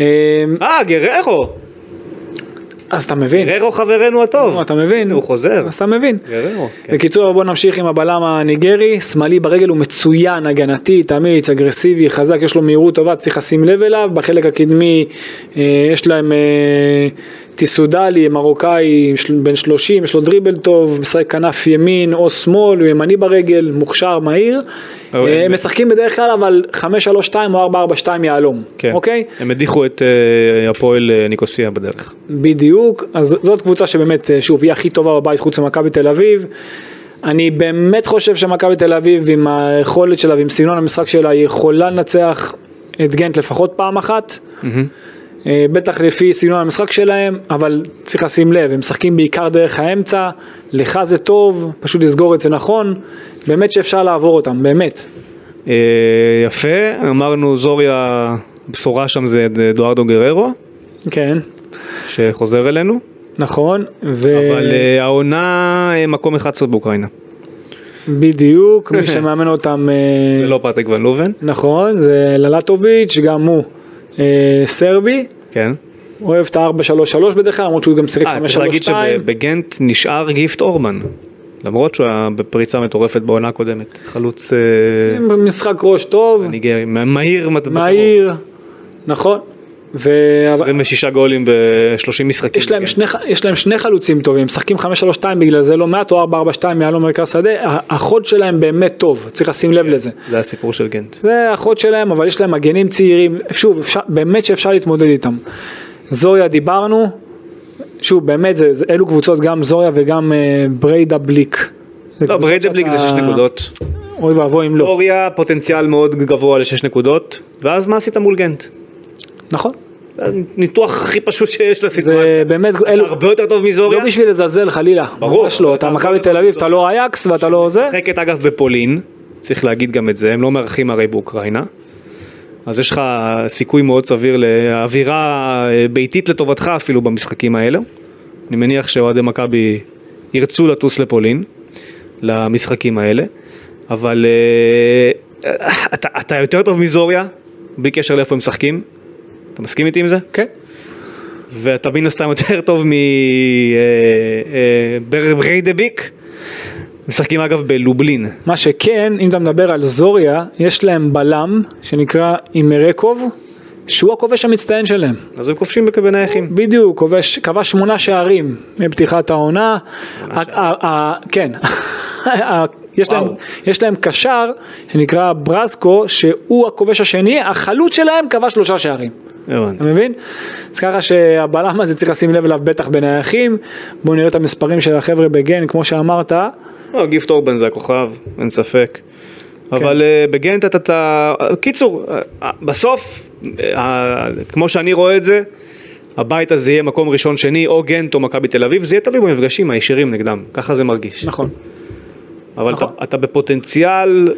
Speaker 3: אה,
Speaker 2: אה, גררו!
Speaker 3: אז אתה מבין,
Speaker 2: גררו חברנו הטוב.
Speaker 3: נו, אתה מבין?
Speaker 2: הוא חוזר.
Speaker 3: אז אתה מבין.
Speaker 2: גררו. כן.
Speaker 3: בקיצור בוא נמשיך עם הבלם הניגרי, שמאלי ברגל הוא מצוין, הגנתי, אמיץ, אגרסיבי, חזק, יש לו מהירות טובה, צריך לשים לב אליו, בחלק הקדמי אה, יש להם אה, טיסודלי, מרוקאי, של- בן 30, יש לו דריבל טוב, משחק כנף ימין או שמאל, הוא ימני ברגל, מוכשר, מהיר.
Speaker 2: אבל
Speaker 3: אה,
Speaker 2: הם-
Speaker 3: הם משחקים בדרך כלל אבל 5-3-2 או 4-4-2 יהלום,
Speaker 2: כן.
Speaker 3: אוקיי?
Speaker 2: הם הדיחו את אה, הפועל אה, ניקוסיה בדרך.
Speaker 3: בדיוק, אז זאת קבוצה שבאמת, אה, שוב, היא הכי טובה בבית חוץ ממכבי תל אביב. אני באמת חושב שמכבי תל אביב, עם היכולת שלה ועם סגנון המשחק שלה, היא יכולה לנצח את גנט לפחות פעם אחת. אה, בטח לפי סגנון המשחק שלהם, אבל צריך לשים לב, הם משחקים בעיקר דרך האמצע, לך זה טוב, פשוט לסגור את זה נכון, באמת שאפשר לעבור אותם, באמת.
Speaker 2: אה, יפה, אמרנו זוריה, הבשורה שם זה אדוארדו גררו,
Speaker 3: כן,
Speaker 2: שחוזר אלינו.
Speaker 3: נכון, ו...
Speaker 2: אבל אה, העונה אה, מקום 11 באוקראינה.
Speaker 3: בדיוק, מי שמאמן אותם... אה,
Speaker 2: זה לא פטריק ון לובן,
Speaker 3: נכון, זה ללטוביץ', גם הוא אה, סרבי,
Speaker 2: כן.
Speaker 3: אוהב את ה-4-3-3 בדרך כלל, למרות שהוא גם שיחק
Speaker 2: אה, צריך להגיד
Speaker 3: 5-3-2.
Speaker 2: שבגנט נשאר גיפט אורמן. למרות שהוא היה בפריצה מטורפת בעונה הקודמת. חלוץ אה,
Speaker 3: משחק ראש טוב,
Speaker 2: ניגרי, מה- מהיר מת- בטרור.
Speaker 3: מהיר, נכון. ו-
Speaker 2: 26 גולים ב-30 משחקים.
Speaker 3: יש להם,
Speaker 2: בגנט.
Speaker 3: שני, ח- יש להם שני חלוצים טובים, משחקים 5-3-2 בגלל זה לא מעט, או 4-4-2 יהלום מרכז שדה, ה- החוד שלהם באמת טוב, צריך לשים לב לזה.
Speaker 2: זה הסיפור של גנט.
Speaker 3: זה החוד שלהם, אבל יש להם מגנים צעירים, שוב, אפשר, באמת שאפשר להתמודד איתם. זוריה דיברנו, שוב, באמת, זה, זה, אלו קבוצות, גם זוריה וגם אה, בריידה בליק. זה
Speaker 2: לא,
Speaker 3: קבוצות
Speaker 2: בריידבליק זה
Speaker 3: שאתה-
Speaker 2: 6 נקודות.
Speaker 3: אוי ואבוי אם לא.
Speaker 2: סוריה פוטנציאל מאוד גבוה ל-6 נקודות, ואז מה עשית מול גנט?
Speaker 3: נכון.
Speaker 2: זה הניתוח הכי פשוט שיש
Speaker 3: זה
Speaker 2: לסיטואציה.
Speaker 3: באמת,
Speaker 2: אתה
Speaker 3: אלו,
Speaker 2: הרבה יותר טוב
Speaker 3: לא
Speaker 2: מזוריה.
Speaker 3: בשביל לזלזל חלילה.
Speaker 2: ברור.
Speaker 3: ממש לא, אתה
Speaker 2: אתה-
Speaker 3: מכבי תל אביב, אתה לא אייקס ואתה לא זה.
Speaker 2: משחקת אגב בפולין, צריך להגיד גם את זה, הם לא מארחים הרי באוקראינה. אז יש לך סיכוי מאוד סביר לאווירה אה, ביתית לטובתך אפילו במשחקים האלו. אני מניח שאוהדי מכבי ירצו לטוס לפולין. למשחקים האלה, אבל אה, אתה, אתה יותר טוב מזוריה, בלי קשר לאיפה הם משחקים, אתה מסכים איתי עם זה?
Speaker 3: כן.
Speaker 2: ואתה מן הסתם יותר טוב אה, מבריידביק. משחקים אגב בלובלין.
Speaker 3: מה שכן, אם אתה מדבר על זוריה, יש להם בלם שנקרא אימרקוב, שהוא הכובש המצטיין שלהם.
Speaker 2: אז הם כובשים בנייחים.
Speaker 3: בדיוק, כובש, כבש שמונה שערים מפתיחת העונה. ה- ה- ה- כן. ה- יש להם,
Speaker 2: וואו.
Speaker 3: יש להם קשר שנקרא ברסקו, שהוא הכובש השני, החלוץ שלהם כבש שלושה שערים.
Speaker 2: הבנתי.
Speaker 3: אתה מבין? אז ככה שהבלם הזה צריך לשים לב אליו בטח בנייחים. בואו נראה את המספרים של החבר'ה בגן, כמו שאמרת.
Speaker 2: לא, גיפט אורבן זה הכוכב, אין ספק.
Speaker 3: כן.
Speaker 2: אבל אה, בגנט אתה- אתה... קיצור, אה, אה, בסוף, אה, ה- כמו שאני רואה את זה, הבית הזה יהיה מקום ראשון שני, או גנט או מכבי תל אביב, זה יהיה תלוי במפגשים הישירים נגדם, ככה זה מרגיש.
Speaker 3: נכון.
Speaker 2: אבל אתה-
Speaker 3: נכון.
Speaker 2: אתה בפוטנציאל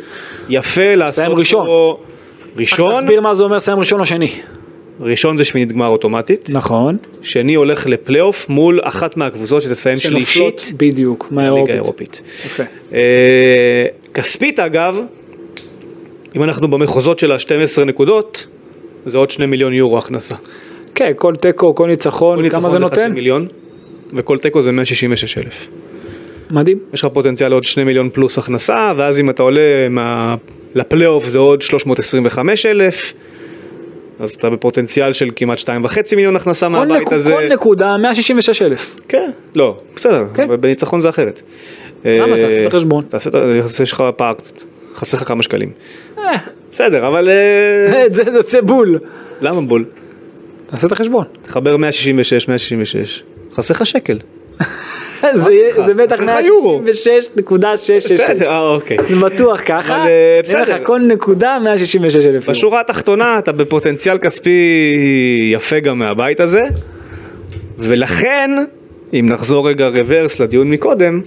Speaker 2: יפה לעשות
Speaker 3: ראשון.
Speaker 2: פה...
Speaker 3: רק
Speaker 2: ראשון,
Speaker 3: תסביר מה זה אומר סיים ראשון או שני.
Speaker 2: ראשון זה שמינית גמר אוטומטית,
Speaker 3: נכון.
Speaker 2: שני הולך לפלייאוף מול אחת מהקבוצות שתסיים שלישית
Speaker 3: שנופלות בדיוק,
Speaker 2: בליגה
Speaker 3: מהאירופית.
Speaker 2: האירופית.
Speaker 3: יפה.
Speaker 2: אה, כספית אגב, אם אנחנו במחוזות של ה-12 נקודות, זה עוד 2 מיליון יורו הכנסה.
Speaker 3: כן, כל תיקו, כל
Speaker 2: כל
Speaker 3: ניצחון,
Speaker 2: ניצחון
Speaker 3: כמה זה
Speaker 2: חצי
Speaker 3: נותן?
Speaker 2: מיליון, וכל תיקו זה 166 אלף.
Speaker 3: מדהים.
Speaker 2: יש לך פוטנציאל לעוד 2 מיליון פלוס הכנסה, ואז אם אתה עולה מה... לפלייאוף זה עוד 325 אלף. אז אתה בפוטנציאל של כמעט 2.5 מיליון הכנסה
Speaker 3: כל
Speaker 2: מהבית
Speaker 3: נקו-
Speaker 2: הזה.
Speaker 3: כל נקודה 166 אלף.
Speaker 2: כן, לא, בסדר,
Speaker 3: כן.
Speaker 2: אבל בניצחון זה אחרת.
Speaker 3: למה?
Speaker 2: אה,
Speaker 3: תעשה את החשבון.
Speaker 2: תעשה את ה... יש לך פער קצת, חסר לך כמה שקלים. בסדר, אבל... אה,
Speaker 3: את זה זה יוצא בול.
Speaker 2: למה בול?
Speaker 3: תעשה את החשבון.
Speaker 2: תחבר 166, 166, חסר לך שקל.
Speaker 3: זה יהיה- זה בטח
Speaker 2: אה, זה יורו.
Speaker 3: 166.666.
Speaker 2: בסדר, אה, אוקיי.
Speaker 3: זה בטוח ככה,
Speaker 2: אבל, אה,
Speaker 3: אין
Speaker 2: בסדר.
Speaker 3: לך כל נקודה 166 אלף.
Speaker 2: בשורה התחתונה אתה בפוטנציאל כספי יפה גם מהבית הזה, ולכן, אם נחזור רגע רוורס לדיון מקודם,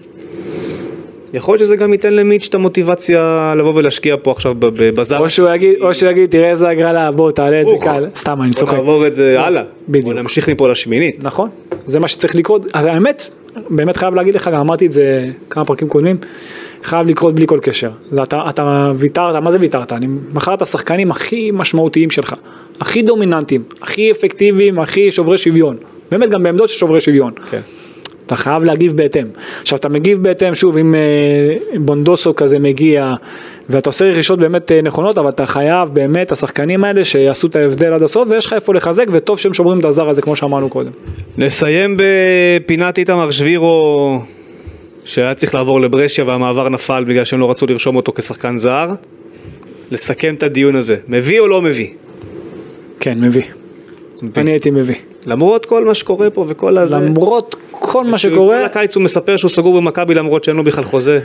Speaker 2: יכול להיות שזה גם ייתן למיץ' את המוטיבציה לבוא ולהשקיע פה עכשיו ב- ב- בזר.
Speaker 3: או שהוא יגיד, או שהוא יגיד, תראה איזה הגרלה, בוא תעלה את זה
Speaker 2: אוח.
Speaker 3: קל. סתם, אני
Speaker 2: בוא
Speaker 3: צוחק. לא,
Speaker 2: נעבור את זה הלאה.
Speaker 3: בדיוק.
Speaker 2: בוא נמשיך מפה לשמינית.
Speaker 3: נכון, זה מה שצריך לקרות, אז האמת, באמת חייב להגיד לך, גם אמרתי את זה כמה פרקים קודמים, חייב לקרות בלי כל קשר, זה אתה, אתה ויתרת, מה זה ויתרת, אני מכרת שחקנים הכי משמעותיים שלך, הכי דומיננטיים, הכי אפקטיביים, הכי שוברי שוויון, באמת גם בעמדות של שוברי שוויון.
Speaker 2: כן.
Speaker 3: אתה חייב להגיב בהתאם. עכשיו אתה מגיב בהתאם, שוב, אם אה, בונדוסו כזה מגיע, ואתה עושה רכישות באמת אה, נכונות, אבל אתה חייב באמת, השחקנים האלה שיעשו את ההבדל עד הסוף, ויש לך איפה לחזק, וטוב שהם שומרים את הזר הזה, כמו שאמרנו קודם.
Speaker 2: נסיים בפינת איתמר שבירו שהיה צריך לעבור לברשיה והמעבר נפל בגלל שהם לא רצו לרשום אותו כשחקן זר. לסכם את הדיון הזה, מביא או לא מביא?
Speaker 3: כן, מביא. אני הייתי מביא.
Speaker 2: למרות כל מה שקורה פה וכל הזה.
Speaker 3: למרות כל מה
Speaker 2: שהוא-
Speaker 3: שקורה,
Speaker 2: כל הקיץ הוא מספר שהוא סגור במכבי למרות שאין לו בכלל חוזה.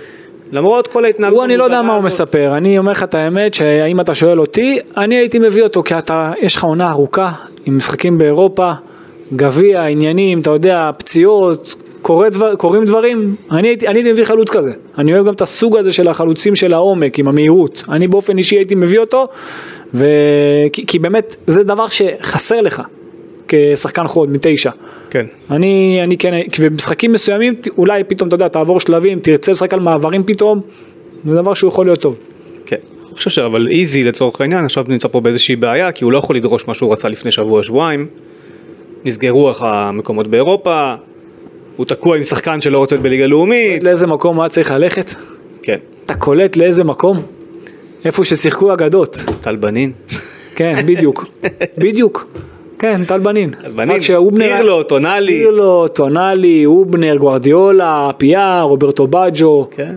Speaker 2: למרות כל ההתנהגות.
Speaker 3: הוא אני לא יודע
Speaker 2: המוזרה
Speaker 3: מה הוא
Speaker 2: הזאת.
Speaker 3: מספר, אני אומר לך את האמת, שאם אתה שואל אותי, אני הייתי מביא אותו, כי אתה, יש לך עונה ארוכה, עם משחקים באירופה, גביע, עניינים, אתה יודע, פציעות, קורה דבר, קורים דברים, אני הייתי, אני הייתי מביא חלוץ כזה, אני אוהב גם את הסוג הזה של החלוצים של העומק, עם המהירות, אני באופן אישי הייתי מביא אותו, ו... כי, כי באמת, זה דבר שחסר לך, כשחקן חוד, מתשע.
Speaker 2: כן.
Speaker 3: אני, אני כן, כי במשחקים מסוימים ת- אולי פתאום, אתה יודע, תעבור שלבים, תרצה לשחק על מעברים פתאום, זה דבר שהוא יכול להיות טוב.
Speaker 2: כן. אני חושב שאבל איזי לצורך העניין עכשיו נמצא פה באיזושהי בעיה כי הוא לא יכול לדרוש מה שהוא רצה לפני שבוע שבועיים. נסגרו לך המקומות באירופה. הוא תקוע עם שחקן שלא רוצה להיות בליגה לאומית.
Speaker 3: לאיזה מקום הוא היה צריך ללכת?
Speaker 2: כן.
Speaker 3: אתה קולט לאיזה מקום? איפה ששיחקו אגדות.
Speaker 2: טל בנין.
Speaker 3: כן, בדיוק. בדיוק. כן, טל בנין.
Speaker 2: בנין.
Speaker 3: רק שהאובנר-
Speaker 2: פירלו, טונאלי.
Speaker 3: פירלו, טונאלי, אובנר, גוארדיולה, פיאר, רוברטו בג'ו,
Speaker 2: כן.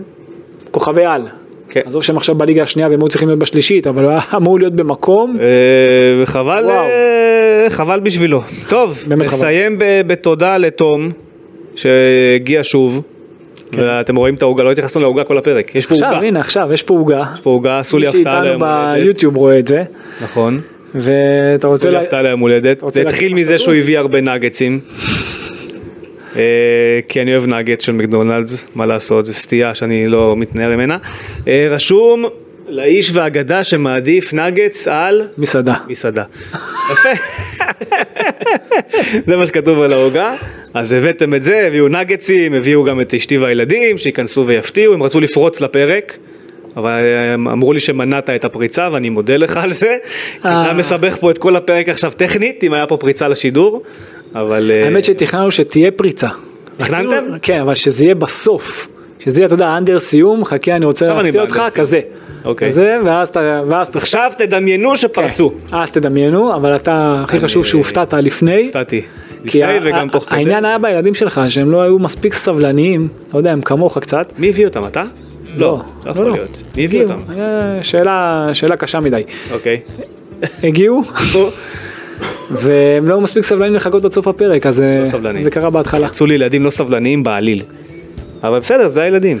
Speaker 3: כוכבי על.
Speaker 2: כן.
Speaker 3: עזוב שהם עכשיו בליגה השנייה והם היו צריכים להיות בשלישית, אבל הוא היה אמור להיות במקום.
Speaker 2: אה, וחבל,
Speaker 3: וואו.
Speaker 2: אה, חבל בשבילו. טוב,
Speaker 3: באמת חבל.
Speaker 2: נסיים ב- בתודה לתום שהגיע שוב. ואתם רואים את העוגה, לא התייחסנו לעוגה כל הפרק. יש פה עוגה.
Speaker 3: כן. עכשיו, הנה, עכשיו, יש פה עוגה.
Speaker 2: יש פה עוגה, עשו לי
Speaker 3: מי
Speaker 2: הפתעה ליום
Speaker 3: שאיתנו
Speaker 2: הולדת.
Speaker 3: ביוטיוב רואה את זה,
Speaker 2: נכון.
Speaker 3: ואתה רוצה...
Speaker 2: עשו לי
Speaker 3: לה-
Speaker 2: הפתעה ליום הולדת.
Speaker 3: רוצה
Speaker 2: זה
Speaker 3: להגיד
Speaker 2: התחיל
Speaker 3: משהו?
Speaker 2: מזה שהוא הביא הרבה נאגצים. אה, כי אני אוהב נאגט של מקדונלדס, מה לעשות, זו סטייה שאני לא מתנער ממנה. אה, רשום לאיש והאגדה שמעדיף נאגץ על
Speaker 3: מסעדה.
Speaker 2: מסעדה. יפה. זה מה שכתוב על העוגה. אז הבאתם את זה, הביאו נגצים, הביאו גם את אשתי והילדים, שייכנסו ויפתיעו, הם רצו לפרוץ לפרק. אבל הם אמרו לי שמנעת את הפריצה ואני מודה לך על זה. כי
Speaker 3: אה.
Speaker 2: אתה מסבך פה את כל הפרק עכשיו טכנית, אם היה פה פריצה לשידור, אבל... אה,
Speaker 3: האמת שתכננו שתהיה פריצה.
Speaker 2: תכננתם?
Speaker 3: רצינו- כן, אבל שזה יהיה בסוף. שזה יהיה, אתה יודע, אנדר סיום, חכה, אני רוצה
Speaker 2: עכשיו אני
Speaker 3: להפתיע אותך,
Speaker 2: באנדר סיום.
Speaker 3: כזה.
Speaker 2: אוקיי.
Speaker 3: כזה, ואז אתה... ואז אתה-
Speaker 2: עכשיו תדמיינו שפרצו.
Speaker 3: אז תדמיינו, אבל אתה, הכי חשוב שהופתעת לפני.
Speaker 2: הופתעתי.
Speaker 3: כי
Speaker 2: לפני
Speaker 3: ה-
Speaker 2: וגם
Speaker 3: ה-
Speaker 2: תוך כדי.
Speaker 3: העניין היה בילדים שלך, שהם לא היו מספיק סבלניים, אתה יודע, הם כמוך קצת.
Speaker 2: מי הביא אותם, אתה? לא, לא יכול להיות. מי הביא
Speaker 3: הגיעו,
Speaker 2: אותם?
Speaker 3: היה שאלה, שאלה קשה מדי.
Speaker 2: אוקיי.
Speaker 3: הגיעו,
Speaker 2: נו,
Speaker 3: והם לא היו מספיק סבלניים לחכות עד סוף הפרק, אז אה,
Speaker 2: לא סבלניים.
Speaker 3: זה קרה בהתחלה.
Speaker 2: יצאו לי ילדים לא סבלניים בעליל. אבל בסדר, זה הילדים.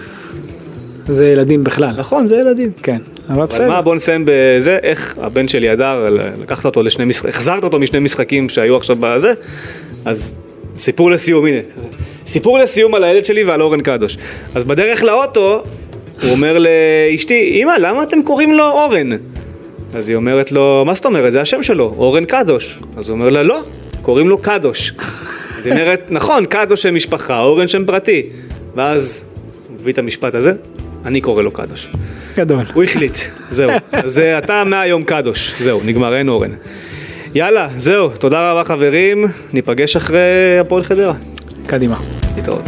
Speaker 3: זה ילדים בכלל.
Speaker 2: נכון, זה ילדים.
Speaker 3: כן, אבל
Speaker 2: אבל
Speaker 3: בסדר.
Speaker 2: מה, בוא נסיים בזה, איך הבן שלי הדר, לקחת אותו לשני משחקים, החזרת אותו משני משחקים שהיו עכשיו בזה, אז סיפור לסיום, הנה. סיפור לסיום על הילד שלי ועל אורן קדוש. אז בדרך לאוטו, הוא אומר לאשתי, אמא, למה אתם קוראים לו אורן? אז היא אומרת לו, מה זאת אומרת, זה השם שלו, אורן קדוש. אז הוא אומר לה, לא, קוראים לו קדוש. אז היא אומרת, נכון, קדוש שם משפחה, אורן שם פרטי. ואז, הוא מביא את המשפט הזה, אני קורא לו קדוש.
Speaker 3: גדול.
Speaker 2: הוא החליט, זהו. אז אה, אתה מהיום קדוש, זהו, נגמר, אין אורן. יאללה, זהו, תודה רבה חברים, ניפגש אחרי הפועל חדרה.
Speaker 3: קדימה.
Speaker 2: להתראות.